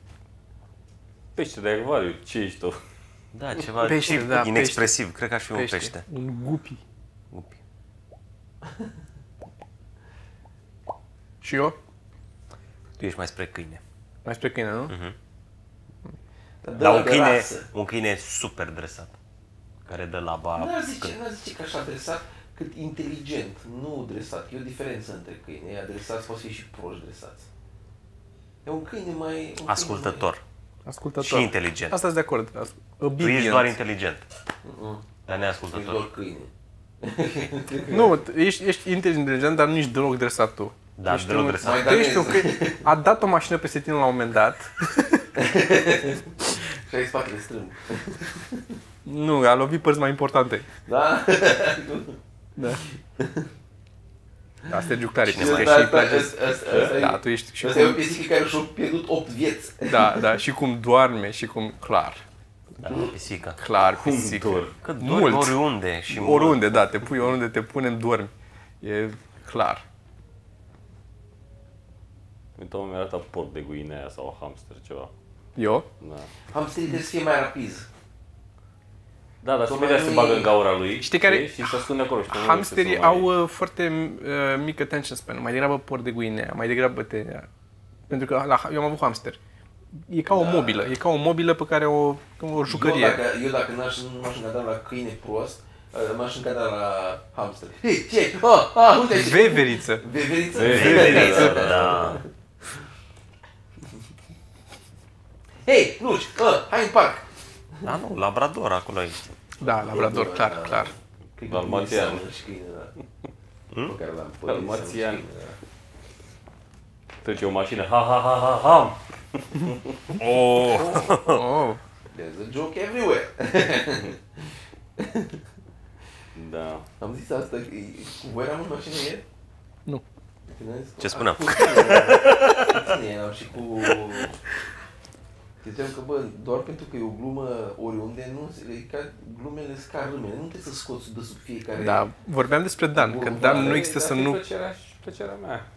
[SPEAKER 3] Pește de acvariu, ce ești tu?
[SPEAKER 2] Da, ceva
[SPEAKER 4] Pește,
[SPEAKER 2] ce-
[SPEAKER 4] da, pește.
[SPEAKER 2] inexpresiv. Cred că aș fi un pește.
[SPEAKER 4] Un gupi.
[SPEAKER 2] Upi.
[SPEAKER 4] Și eu?
[SPEAKER 2] Tu ești mai spre câine.
[SPEAKER 4] Mai spre câine, nu?
[SPEAKER 1] Dar
[SPEAKER 4] Da,
[SPEAKER 2] Dar
[SPEAKER 1] de
[SPEAKER 2] un Da, câine,
[SPEAKER 1] rasă.
[SPEAKER 2] un câine super dresat. Care dă laba...
[SPEAKER 4] Da.
[SPEAKER 1] N-ar zice, n-ar zice că așa dresat, cât inteligent, nu dresat. E o diferență între câine. Ea dresați poate fi și proști dresați. E un câine mai... Un câine
[SPEAKER 2] Ascultător.
[SPEAKER 4] Ascultător.
[SPEAKER 2] Și inteligent.
[SPEAKER 4] Asta de acord. As-
[SPEAKER 2] Tu ești
[SPEAKER 4] obedient.
[SPEAKER 2] doar inteligent,
[SPEAKER 1] Mai... Mm-mm.
[SPEAKER 2] dar
[SPEAKER 1] E doar
[SPEAKER 2] neascultător.
[SPEAKER 1] câine.
[SPEAKER 4] Nu, t- ești, ești inteligent, dar nu ești deloc dresat tu.
[SPEAKER 2] Da,
[SPEAKER 4] ești
[SPEAKER 2] deloc
[SPEAKER 4] un-
[SPEAKER 2] dresat.
[SPEAKER 4] Tu ești un câine. A dat o mașină peste tine la un moment dat.
[SPEAKER 1] Și ai spatele strâmb.
[SPEAKER 4] Nu, a lovit părți mai importante.
[SPEAKER 1] Da?
[SPEAKER 4] Da. Da, Sergiu clar, e
[SPEAKER 2] Cine
[SPEAKER 4] că
[SPEAKER 2] mai-
[SPEAKER 4] și
[SPEAKER 1] Da,
[SPEAKER 4] îi
[SPEAKER 1] da,
[SPEAKER 4] place.
[SPEAKER 1] ăsta- ăsta- ăsta e-
[SPEAKER 4] Da, tu ești și
[SPEAKER 1] Ăsta e o
[SPEAKER 4] cum,
[SPEAKER 1] pisică care și-a pierdut 8 vieți.
[SPEAKER 4] da, da, și cum doarme și cum, clar,
[SPEAKER 2] Da, pisica.
[SPEAKER 4] clar,
[SPEAKER 3] Cum
[SPEAKER 4] pisică.
[SPEAKER 3] dor?
[SPEAKER 2] Că dormi
[SPEAKER 4] Mult.
[SPEAKER 2] oriunde și mult.
[SPEAKER 4] Oriunde, da, te pui oriunde te punem, dormi. E clar.
[SPEAKER 3] Uite, mi-a arătat porc de guinea aia sau hamster, ceva.
[SPEAKER 4] Eu?
[SPEAKER 3] Da.
[SPEAKER 1] Am să trebuie să fie mai rapizi.
[SPEAKER 3] Da, dar
[SPEAKER 1] Tocmai
[SPEAKER 3] Tocmai se
[SPEAKER 1] nu
[SPEAKER 3] bagă
[SPEAKER 1] e-
[SPEAKER 3] în gaura lui
[SPEAKER 4] Știi care-
[SPEAKER 3] și se ascunde acolo. Și nu
[SPEAKER 4] Hamsterii
[SPEAKER 3] se mai-
[SPEAKER 4] au uh, foarte uh, mic attention span, mai degrabă por de guinea, mai degrabă te... Pentru că la, eu am avut hamster. E ca o mobilă, e ca o mobilă pe care o, ca o jucărie.
[SPEAKER 1] Eu dacă, eu dacă n-aș, nu m-aș încadra la câine prost, uh, m-aș încadra la hamster. Hei, hei, oh, ah, unde ești?
[SPEAKER 4] Veveriță.
[SPEAKER 1] Veveriță?
[SPEAKER 3] Veveriță, da, da.
[SPEAKER 1] Hei, Luci, ah, hai în parc.
[SPEAKER 2] Da, nu, Labrador acolo ești.
[SPEAKER 4] Da, labrador,
[SPEAKER 1] Da,
[SPEAKER 4] clar,
[SPEAKER 1] da, da.
[SPEAKER 4] clar.
[SPEAKER 1] Cred că
[SPEAKER 3] Dalmațian.
[SPEAKER 1] nu înseamnă și câine, da.
[SPEAKER 2] Hm?
[SPEAKER 1] Pe care l-am părit,
[SPEAKER 3] Dalmațian.
[SPEAKER 1] înseamnă și câine, da.
[SPEAKER 3] Trece o mașină, ha, ha, ha, ha, ha.
[SPEAKER 2] Oh!
[SPEAKER 4] Oh,
[SPEAKER 1] There's a joke everywhere.
[SPEAKER 3] Da.
[SPEAKER 1] Am zis asta, că e- cu voi eram în mașină ieri?
[SPEAKER 4] Nu.
[SPEAKER 1] Când am zis-
[SPEAKER 2] Ce spuneam?
[SPEAKER 1] Cu tine, cu tine eram și cu... Ziceam că, bă, doar pentru că e o glumă oriunde, nu, înse- e ca glumele scar râmele, nu trebuie să scoți de sub fiecare...
[SPEAKER 4] da, vorbeam despre Dan, că Dan nu există să nu...
[SPEAKER 3] Plăcerea, și plăcerea mea.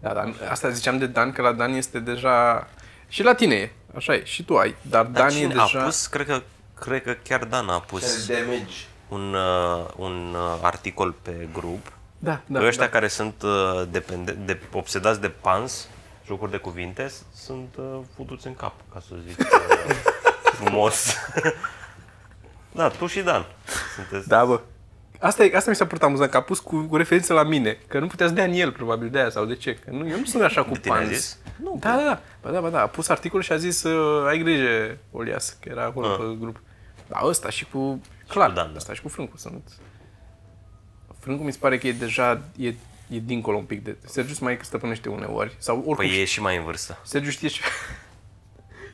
[SPEAKER 4] Da, Dan, asta ziceam de Dan, că la Dan este deja... Și la tine e, așa e, și tu ai, dar
[SPEAKER 2] Dar
[SPEAKER 4] Dan e
[SPEAKER 2] cine a
[SPEAKER 4] deja...
[SPEAKER 2] pus? Cred că, cred că chiar Dan a pus
[SPEAKER 1] Care damage.
[SPEAKER 2] un, uh, un uh, articol pe grup
[SPEAKER 4] Da,
[SPEAKER 2] da,
[SPEAKER 4] da,
[SPEAKER 2] ăștia
[SPEAKER 4] da.
[SPEAKER 2] da. care sunt uh, depende, de, obsedați de pans, jocuri de cuvinte, s- sunt uh, futuți în cap, ca să zic uh, frumos. da, tu și Dan sunteți.
[SPEAKER 4] Da, bă. Asta, e, asta mi s-a părut amuzant, că a pus cu, cu referință la mine, că nu putea să dea în el, probabil, de aia sau de ce, că nu, eu nu sunt așa cu
[SPEAKER 2] De tine a
[SPEAKER 4] panzi.
[SPEAKER 2] zis?
[SPEAKER 4] Nu, da, da, da, ba da, ba da, a pus articolul și a zis, uh, ai grijă, Olias, că era acolo
[SPEAKER 2] Ah.
[SPEAKER 4] pe grup. Da, ăsta și cu, clar,
[SPEAKER 2] cu Dan, da.
[SPEAKER 4] ăsta și cu Frâncu sunt. Frâncu mi se pare că e deja, e, e dincolo un pic de... Sergiu se mai stăpânește uneori, sau oricum
[SPEAKER 2] Păi e și mai în vârstă.
[SPEAKER 4] Sergiu știe ce...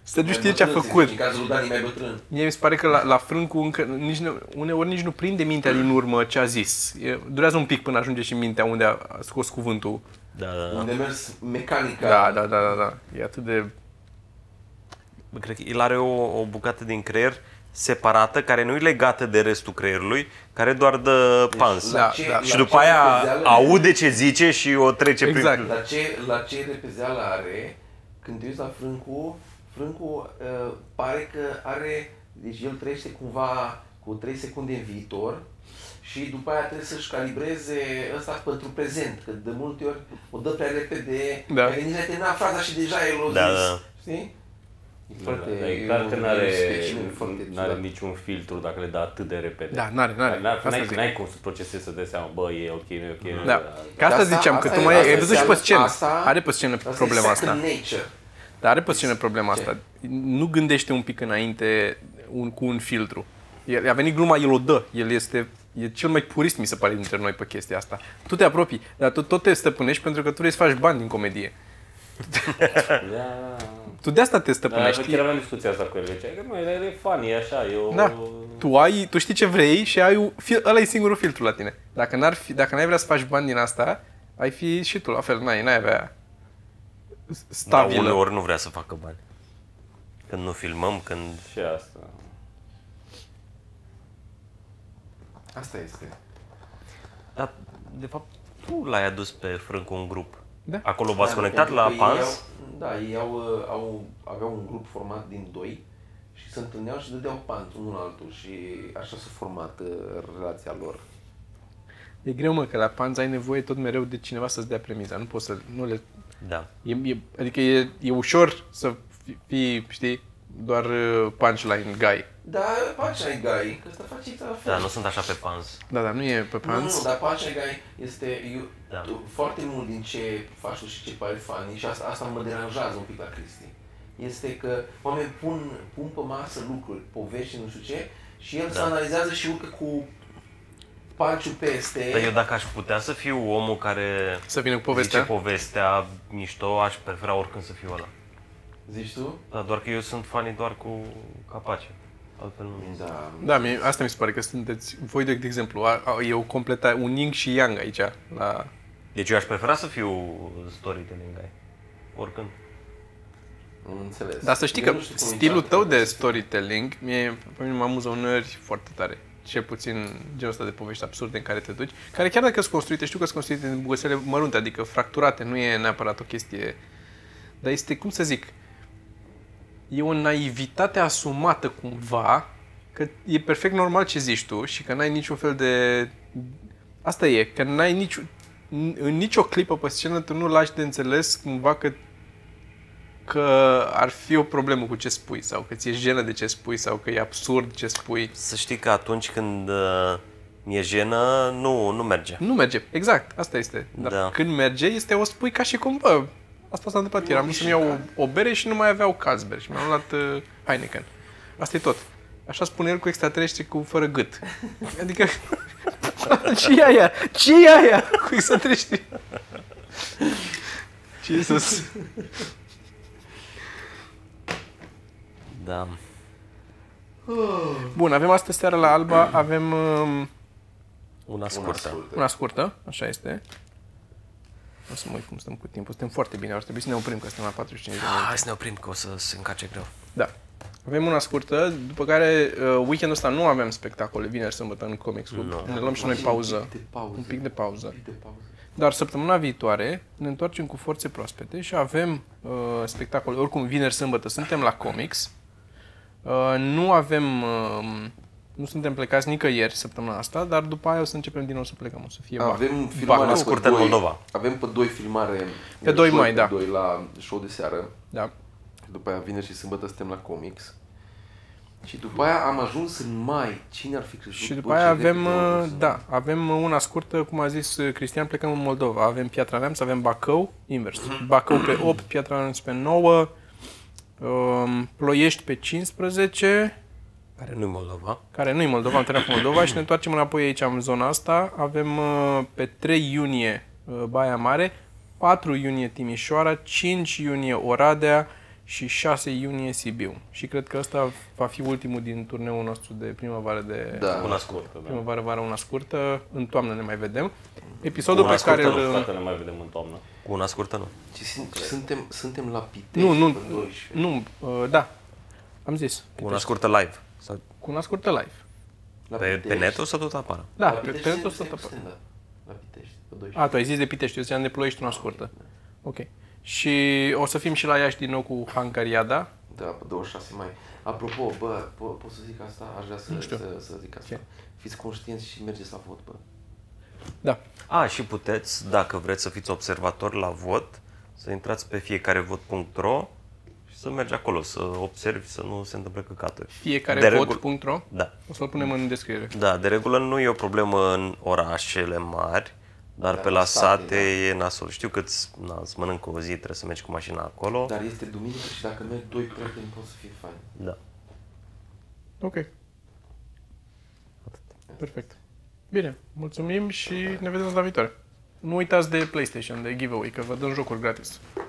[SPEAKER 4] Sergiu
[SPEAKER 1] Mai
[SPEAKER 4] știe ce a
[SPEAKER 1] bătrân,
[SPEAKER 4] făcut.
[SPEAKER 1] În cazul lui Dan e mai bătrân.
[SPEAKER 4] Mie mi se pare că la, la Frâncu încă nici nu, uneori nici nu prinde mintea din urmă ce a zis. E, durează un pic până ajunge și mintea unde a, a scos cuvântul.
[SPEAKER 2] Da, da, da.
[SPEAKER 1] Unde mers mecanica.
[SPEAKER 4] Da, da, da, da, da. E atât de...
[SPEAKER 2] Bă, Cred că el are o, o bucată din creier separată, care nu e legată de restul creierului, care doar dă pans.
[SPEAKER 1] La
[SPEAKER 4] Da,
[SPEAKER 1] ce-
[SPEAKER 4] da.
[SPEAKER 1] la
[SPEAKER 2] Și
[SPEAKER 1] ce
[SPEAKER 2] după aia
[SPEAKER 1] repezeală-
[SPEAKER 2] aude ce zice și o trece
[SPEAKER 4] Exact.
[SPEAKER 2] prin...
[SPEAKER 1] La ce, la ce repezeală are, când te uiți la Frâncu, Frâncu uh, pare că are, deci el trăiește cumva cu 3 secunde în viitor și după aia trebuie să-și calibreze ăsta pentru prezent, că de multe ori o dă prea repede,
[SPEAKER 4] Da.
[SPEAKER 1] care nici n-a terminat fraza și deja el o
[SPEAKER 2] Da,
[SPEAKER 1] zis,
[SPEAKER 2] da.
[SPEAKER 1] știi? E
[SPEAKER 3] Da,
[SPEAKER 1] foarte-
[SPEAKER 3] da,
[SPEAKER 1] e
[SPEAKER 3] e clar
[SPEAKER 1] un-
[SPEAKER 3] că
[SPEAKER 1] e
[SPEAKER 3] nu
[SPEAKER 1] un
[SPEAKER 3] are
[SPEAKER 1] specimen foarte ciudat.
[SPEAKER 3] niciun filtru dacă le dă atât de repede.
[SPEAKER 4] Da, n-are, n-are.
[SPEAKER 3] N-ar-
[SPEAKER 4] Asta
[SPEAKER 3] N-ai,
[SPEAKER 4] zic.
[SPEAKER 3] n-ai cum să procesezi să dai seama, bă, e ok, nu e ok. nu e-
[SPEAKER 4] Da. Că asta,
[SPEAKER 1] Asta-
[SPEAKER 4] ziceam,
[SPEAKER 1] asta
[SPEAKER 4] că tu
[SPEAKER 1] e-
[SPEAKER 4] mai
[SPEAKER 1] asta
[SPEAKER 4] ai dus și pe
[SPEAKER 1] înseamnă-
[SPEAKER 4] scenă.
[SPEAKER 1] asta-
[SPEAKER 4] Are pe scenă
[SPEAKER 1] Asta e
[SPEAKER 4] problema asta.
[SPEAKER 1] second nature.
[SPEAKER 4] Dar are pe scenă problema asta. Nu gândește un pic înainte un, cu un filtru. El, a venit gluma, el o dă. El este e cel mai purist, mi se pare, dintre noi pe chestia asta. Tu te apropii, dar tu tot te stăpânești pentru că tu vrei să faci bani din comedie.
[SPEAKER 3] Da.
[SPEAKER 4] Tu de asta te
[SPEAKER 3] Da,
[SPEAKER 4] stăpânești.
[SPEAKER 3] chiar aveam discuția asta cu el. Zicea că, mă, el e funny, așa, e o...
[SPEAKER 4] Da. Tu ai, tu știi ce vrei și ai un fil- ăla e singurul filtru la tine. Dacă n-ar fi, dacă n-ai vrea să faci bani din asta, ai fi și tu la fel, n-ai, n-ai avea
[SPEAKER 2] Dar Da,
[SPEAKER 4] stabilă.
[SPEAKER 2] uneori nu vrea să facă bani. Când nu filmăm, când...
[SPEAKER 3] Și asta.
[SPEAKER 1] Asta este.
[SPEAKER 2] Dar, de fapt, tu l-ai adus pe Frâncu un grup.
[SPEAKER 4] Da.
[SPEAKER 2] Acolo v-ați
[SPEAKER 1] Da,
[SPEAKER 2] conectat
[SPEAKER 1] pentru
[SPEAKER 2] la
[SPEAKER 1] că ei
[SPEAKER 2] Pans?
[SPEAKER 1] au- Da, ei au, uh, au, aveau un grup format din doi și se întâlneau și dădeau pant unul altul și așa s-a format uh, relația lor.
[SPEAKER 4] E greu, mă, că la panza ai nevoie tot mereu de cineva să-ți dea premiza. Nu poți să, nu le,
[SPEAKER 2] Da.
[SPEAKER 4] E, e, adică e, e ușor să fi- fii, știi, doar uh, punchline guy.
[SPEAKER 1] Dar Punchline Guy, că ăsta face exact la fel.
[SPEAKER 2] Da, nu sunt așa pe Pans.
[SPEAKER 4] Da, dar nu e pe
[SPEAKER 1] Nu, da. nu,
[SPEAKER 4] pants.
[SPEAKER 1] dar Punchline Guy este eu,
[SPEAKER 2] Da.
[SPEAKER 1] da. foarte mult din ce faci tu și ce pare funny și asta, asta mă deranjează un pic la Cristi. Este că oameni pun, pun pe masă lucruri, povești și nu știu ce și el da. se analizează și urcă cu panciul peste.
[SPEAKER 2] Dar Păi eu dacă aș putea să fiu omul care
[SPEAKER 4] Să vină cu povestea?
[SPEAKER 2] zice povestea mișto, aș prefera oricând să fiu ăla.
[SPEAKER 1] Zici tu?
[SPEAKER 2] Da, doar că eu sunt fanii doar cu capace. Altfel nu mi
[SPEAKER 1] Da.
[SPEAKER 4] Da, mie, asta mi se pare că sunteți, voi de, de exemplu, a, a, e o completa, un yin și yang aici. La...
[SPEAKER 2] Deci eu aș prefera să fiu storytelling guy. Oricând.
[SPEAKER 1] Nu înțeles.
[SPEAKER 4] Dar să știi
[SPEAKER 1] Eu
[SPEAKER 4] că
[SPEAKER 1] nu știu cum
[SPEAKER 4] stilul
[SPEAKER 1] intră
[SPEAKER 4] tău
[SPEAKER 1] acolo.
[SPEAKER 4] de storytelling, mie, pe mine mă amuză uneori foarte tare. Cel puțin genul ăsta de povești absurde în care te duci, care chiar dacă sunt construite, știu că sunt construite din bucățele mărunte, adică fracturate, nu e neapărat o chestie... Dar este, cum să zic, e o naivitate asumată cumva că e perfect normal ce zici tu și că n-ai niciun fel de... Asta e, că n-ai nici, n- în nicio clipă pe scenă tu nu lași de înțeles cumva că că ar fi o problemă cu ce spui sau că ți-e jenă de ce spui sau că e absurd ce spui.
[SPEAKER 2] Să știi că atunci când uh, mi-e jenă, nu, nu merge.
[SPEAKER 4] Nu merge, exact, asta este. Dar
[SPEAKER 2] Da.
[SPEAKER 4] da. când merge, este o spui ca și cum, bă, asta s-a întâmplat ieri. Am dus să-mi iau o, o bere și nu mai aveau Carlsberg și mi-am luat uh, Heineken. Asta e tot. Așa spune el cu extraterestri cu fără gât. Adică, ce e aia? ce e aia cu extraterestri? Jesus.
[SPEAKER 2] Da.
[SPEAKER 4] Bun, avem astă seară la Alba, avem um,
[SPEAKER 2] Una
[SPEAKER 1] Una
[SPEAKER 2] scurtă.
[SPEAKER 1] scurtă.
[SPEAKER 4] una scurtă, așa este. O să mă uit cum stăm cu timpul. Suntem foarte bine, ar trebui să ne oprim că suntem la 45 de minute.
[SPEAKER 2] Ah, hai să ne oprim că o să se încarce greu.
[SPEAKER 4] Da. Avem una scurtă, după care uh, weekendul ăsta nu avem spectacole, vineri, sâmbătă în Comics Club. No. Ne luăm și noi
[SPEAKER 1] Un
[SPEAKER 4] pauză.
[SPEAKER 1] pic de pauză.
[SPEAKER 4] Un pic de pauză.
[SPEAKER 1] de pauză.
[SPEAKER 4] Dar săptămâna viitoare ne întoarcem cu forțe proaspete și avem uh, spectacole. Oricum, vineri, sâmbătă suntem la Comics. Uh, nu avem... Uh, nu suntem plecați nicăieri săptămâna asta, dar după aia o să începem din nou să plecăm. O să fie bac.
[SPEAKER 1] Avem
[SPEAKER 4] bac,
[SPEAKER 1] filmare
[SPEAKER 4] la
[SPEAKER 2] scurtă în
[SPEAKER 1] doi-
[SPEAKER 2] Moldova.
[SPEAKER 1] Avem pe 2 filmare.
[SPEAKER 4] Pe doi mai,
[SPEAKER 1] pe
[SPEAKER 4] da.
[SPEAKER 1] Doi la show de seară.
[SPEAKER 4] Da.
[SPEAKER 1] După aia vineri și sâmbătă suntem la comics. Și după aia am ajuns în mai. Cine ar fi crezut?
[SPEAKER 4] Și după
[SPEAKER 1] Bă, ce
[SPEAKER 4] aia
[SPEAKER 1] repede
[SPEAKER 4] avem,
[SPEAKER 1] am ajuns în-
[SPEAKER 4] da, avem una scurtă, cum a zis uh, Cristian, plecăm în Moldova. Avem Piatra Neamț, avem Bacău, invers. Bacău pe 8, Piatra Neamț pe 9, um, Ploiești pe 15,
[SPEAKER 2] Care nu-i Moldova.
[SPEAKER 4] care nu-i Moldova, am terminat cu Moldova și ne întoarcem înapoi aici, în zona asta. Avem uh, pe 3 iunie uh, Baia Mare, 4 iunie Timișoara, 5 iunie Oradea și 6 iunie Sibiu. Și cred că ăsta va fi ultimul din turneul nostru de primăvară de
[SPEAKER 1] Da.
[SPEAKER 2] Una scurtă.
[SPEAKER 3] Scurtă, da.
[SPEAKER 4] Primăvară, vară, una scurtă, în toamnă ne mai vedem. Episodul
[SPEAKER 2] Una
[SPEAKER 4] pe care
[SPEAKER 2] scurtă,
[SPEAKER 4] îl...
[SPEAKER 3] Toate le mai vedem în toamnă.
[SPEAKER 2] Cu una scurtă nu.
[SPEAKER 1] Ce sunt- ce suntem, suntem la Pitești
[SPEAKER 4] Nu, nu,
[SPEAKER 1] pe 12.
[SPEAKER 4] nu, uh, da, am zis.
[SPEAKER 2] Cu una scurtă live. Sau
[SPEAKER 4] Cu una scurtă live.
[SPEAKER 1] La
[SPEAKER 2] pe, pe
[SPEAKER 1] Pitești.
[SPEAKER 2] net o să tot apară.
[SPEAKER 4] Da,
[SPEAKER 1] La
[SPEAKER 4] pe
[SPEAKER 1] Pitești
[SPEAKER 4] pe tot să
[SPEAKER 1] suntem
[SPEAKER 4] tăpă.
[SPEAKER 1] stand-up. La Pitești pe 12.
[SPEAKER 4] A, tu ai zis de Pitești, eu ziceam de Ploiești una scurtă. Ok. Și o să fim și la Iași din nou cu Hancariada.
[SPEAKER 1] Da, pe 26 mai. Apropo, bă, po- pot să zic asta? Aș vrea să, să, să zic asta.
[SPEAKER 4] Ce?
[SPEAKER 1] Fiți conștienți și mergeți la vot, bă.
[SPEAKER 4] Da.
[SPEAKER 2] A, și puteți, dacă vreți să fiți observator la vot, să intrați pe fiecarevot.ro și să mergi acolo, să observi, să nu se întâmple căcaturi.
[SPEAKER 4] Fiecare
[SPEAKER 2] regul-
[SPEAKER 4] vot.ro
[SPEAKER 2] Da.
[SPEAKER 4] O să-l punem în descriere.
[SPEAKER 2] Da, de regulă nu e o problemă în orașele mari, dar
[SPEAKER 1] Dar
[SPEAKER 2] pe
[SPEAKER 1] în da.
[SPEAKER 2] la
[SPEAKER 1] sate,
[SPEAKER 2] sate e nasol. Știu că îți, na, îți mănâncă o zi, trebuie să mergi cu mașina acolo. Da.
[SPEAKER 1] Dar este duminică și dacă merg doi prieteni pot să fie fain.
[SPEAKER 2] da.
[SPEAKER 4] Ok. Perfect. Bine, mulțumim și ne vedem la viitoare. Nu uitați de PlayStation, de giveaway, că vă dăm jocuri gratis.